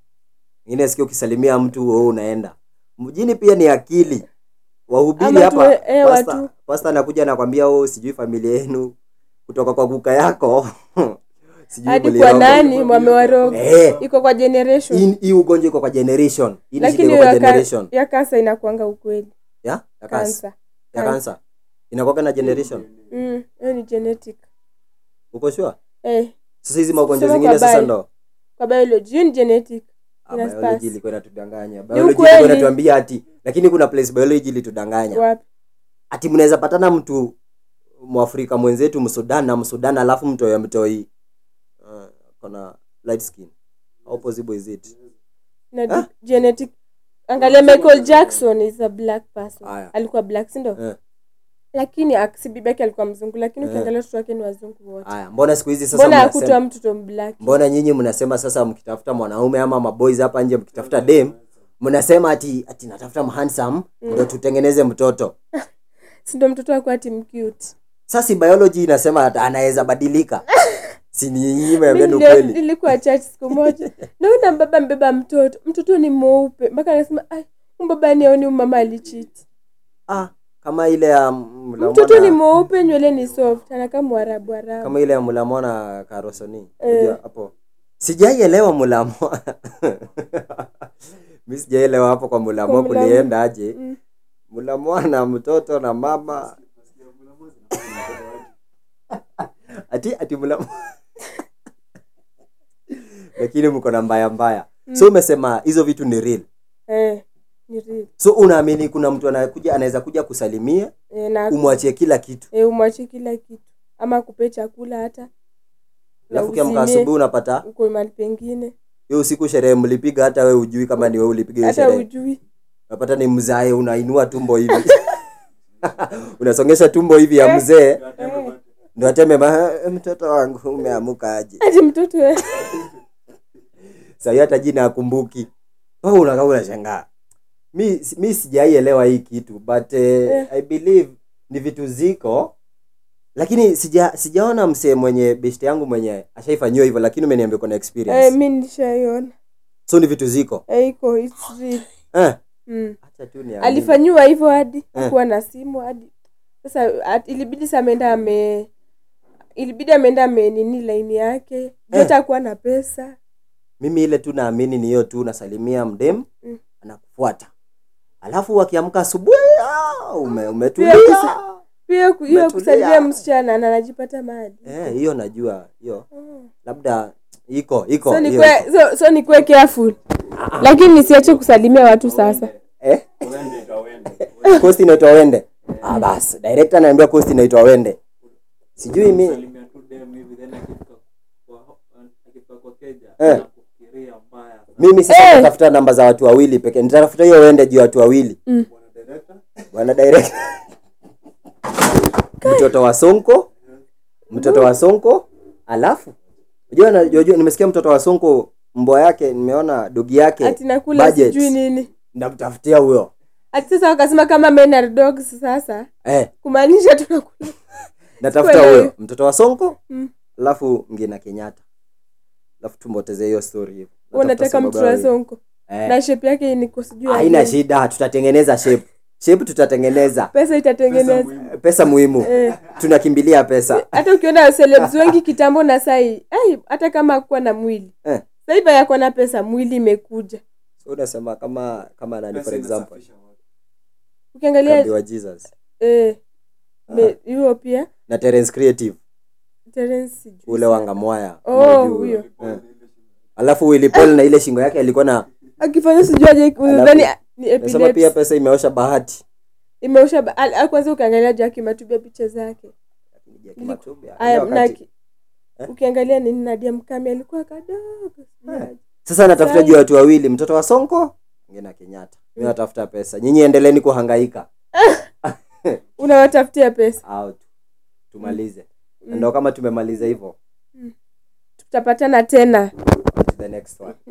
A: wengine sikia ukisalimia mtu wewe unaenda mjini pia ni akili wahubiri
B: Ama
A: hapa
B: tu- eh,
A: pasta-
B: watu.
A: pasta anakuja anakwambia oh sijui familia yenu kutoka kwa kuka yako sijui
B: hadi
A: mlio
B: kwa
A: wako."
B: nani wamewaroga
A: Eh,
B: iko kwa generation
A: hii- hii ugonjwa iko kwa generation hii ni shida
B: lakini
A: iko kwa
B: ya ka-
A: generation
B: ya kansa inakwanga ukweli
A: ya ya kansa
B: kansa
A: ya kansa inakuwa na generation
B: Mm, hiyo ni genetic
A: uko sure
B: eh,
A: sasa hizi magonjwa
B: Sema
A: zingine
B: kwa
A: sasa
B: bio.
A: ndo
B: kwa biology hiyo ni genetic
A: Ah,
B: Ina
A: biology
B: spas.
A: ilikuwa inatudanganya biology
B: ukweli.
A: ilikuwa inatuambia ati lakini kuna place biology ilitudanganya
B: wapi
A: ati mnaweza patana mtu mwafrika mwenzetu msudan na msudan alafu mtoe mtoi uh, kona light skin how possible is it
B: na
A: Ah?
B: di- genetic angalia michael jackson is a black person
A: Aya.
B: alikuwa black sindo
A: Eh.
B: lakini aksi bibi yake alikuwa mzungu lakini
A: Eh.
B: ukiangalia watoto wake ni wazungu wote
A: haya mbona siku hizi sasa
B: mbona
A: mnasema-
B: hakutoa mtoto mblaki
A: mbona nyinyi mnasema sasa mkitafuta mwanaume ama maboys hapa nje mkitafuta dem mnasema ati ati natafuta mhandsome
B: Mm.
A: ndo tutengeneze mtoto
B: sindo mtoto wako ati mcute
A: sasa si biology inasema ata- anaweza badilika si nyinyi
B: Mi
A: mmeambiana
B: ndio
A: Eh, ukweli
B: nilikuwa church siku moja naona mbaba mbeba mtoto mtoto ni mweupe mpaka anasema ai mbaba ni aoni mama alichiti
A: ah kama ile ya m-
B: mtoto ni
A: Mlamona-
B: mweupe nywele ni soft anakaa mwarabu arabu
A: kama ile ya mulamona karosoni
B: Eh.
A: Unajua hapo sijaielewa mulamo mi sijaielewa hapo kwa mulamo
B: Kwa Mulamo.
A: kulienda aje
B: Mm.
A: mulamo na mtoto na mama ati ati mulamo lakini mko na mbaya mbaya so umesema hizo vitu ni real
B: eh, ni real.
A: so unaamini kuna mtu anakuja anaweza kuja kusalimia
B: eh, na
A: umwachie kila kitu
B: eh, umwache kila kitu ama kupe chakula hata na
A: alafu kiamka
B: uzimie,
A: asubuhi unapata
B: uko mahali pengine
A: hiyo usiku sherehe mlipiga hata we ujui kama ni we ulipiga hiyo
B: hata
A: sherehe
B: ujui
A: unapata ni mzae unainua tumbo hivi unasongesha tumbo hivi ya mzee
B: eh,
A: ndo ateme ma- "Eh, mtoto wangu umeamuka aje
B: ati mtoto eh,
A: sahi hata jina akumbuki pa unakaa unashangaa mi, mi sijaielewa hii kitu but eh,
B: Eh.
A: i believe ni vitu ziko lakini sija sijaona msee mwenye best yangu mwenye ashaifanyiwa hivyo lakini umeniambia kuna experience
B: eh, mi nishaiona
A: so ni vitu ziko
B: eh, iko it's real
A: eh,
B: mm.
A: acha tu niamini.
B: alifanyiwa hivyo
A: Eh.
B: hadi kuwa na simu hadi sasa at- ilibidi sa ameenda ame ilibidi ameenda amenini laini yake
A: Eh.
B: hata kuwa na pesa
A: mimi ile tu naamini ni hiyo tu nasalimia mdem
B: Mm.
A: anakufuata alafu wakiamka asubuhi ah, ume, umetulia
B: Pia kusa- pia ku- hiyo
A: Umetulia.
B: kusalimia msichana na anajipata mali
A: Eh, hiyo najua hiyo
B: Mm.
A: labda iko iko
B: so
A: hiyo
B: nikuwe
A: iko. Ah,
B: so, so nikuwe careful lakini nisiache kusalimia watu sasa
A: eh? kosti inaitwa wende
B: Mm.
A: ah, bas direct anaambia kosti inaitwa wende sijui mi Eh. mimi sasa
B: Eh.
A: natafuta namba za watu wawili pekee nitatafuta hiyo wende juu ya watu wawili
B: Mm.
A: bwana direct mtoto wa sonko mtoto wa sonko alafu unajua na- unajua nimesikia mtoto wa sonko mbwa yake nimeona dogi yake
B: ati nakula
A: budget.
B: sijui nini
A: ndamtafutia huyo
B: ati sasa wakasema kama menal dogs sasa
A: eh,
B: kumaanisha tunakula
A: natafuta
B: Sikuelewi.
A: huyo mtoto wa sonko
B: Mm.
A: alafu ngina kenyatta alafu tumboteze hiyo story hivo
B: unataka mtu wa sonko na shepu yake niko sijui
A: Eh. haina
B: aje.
A: shida tutatengeneza shape shape tutatengeneza
B: pesa itatengeneza
A: Eh, pesa muhimu
B: Eh.
A: tunakimbilia pesa
B: hata ukiona celebs wengi kitambo na sai ai hata kama akuwa na mwili
A: Eh.
B: sahivi yako na pesa mwili imekuja
A: so unasema kama kama nani for example kambi
B: ukiangalia
A: wa jesus
B: eh,
A: Ah,
B: me- hiyo pia
A: na terence creative
B: Terence sijui
A: ule
B: sana.
A: wangamwaya
B: Oh, huyo.
A: Eh. alafu Willy Paul na ile shingo yake alikuwa na
B: akifanya sijuaje udhani ni
A: nasema
B: epilepsy
A: pia pesa imeosha bahati
B: imeosha ba- al- al- kwanza ukiangalia Jackie Matubia picha zake
A: Jackie Matubi,
B: Aya,
A: ule wakati-
B: na ki- ukiangalia ni Nadia Mkami alikuwa kadogo sijuaje.
A: sasa natafuta
B: Sasa- Mm.
A: juu ya watu wawili mtoto wa sonko ngine na kenyatta mi natafuta pesa nyinyi endeleeni kuhangaika
B: unawatafutia pesa
A: out tumalize
B: Mm.
A: ndo kama tumemaliza hivyo
B: tutapatana tena
A: on to the next one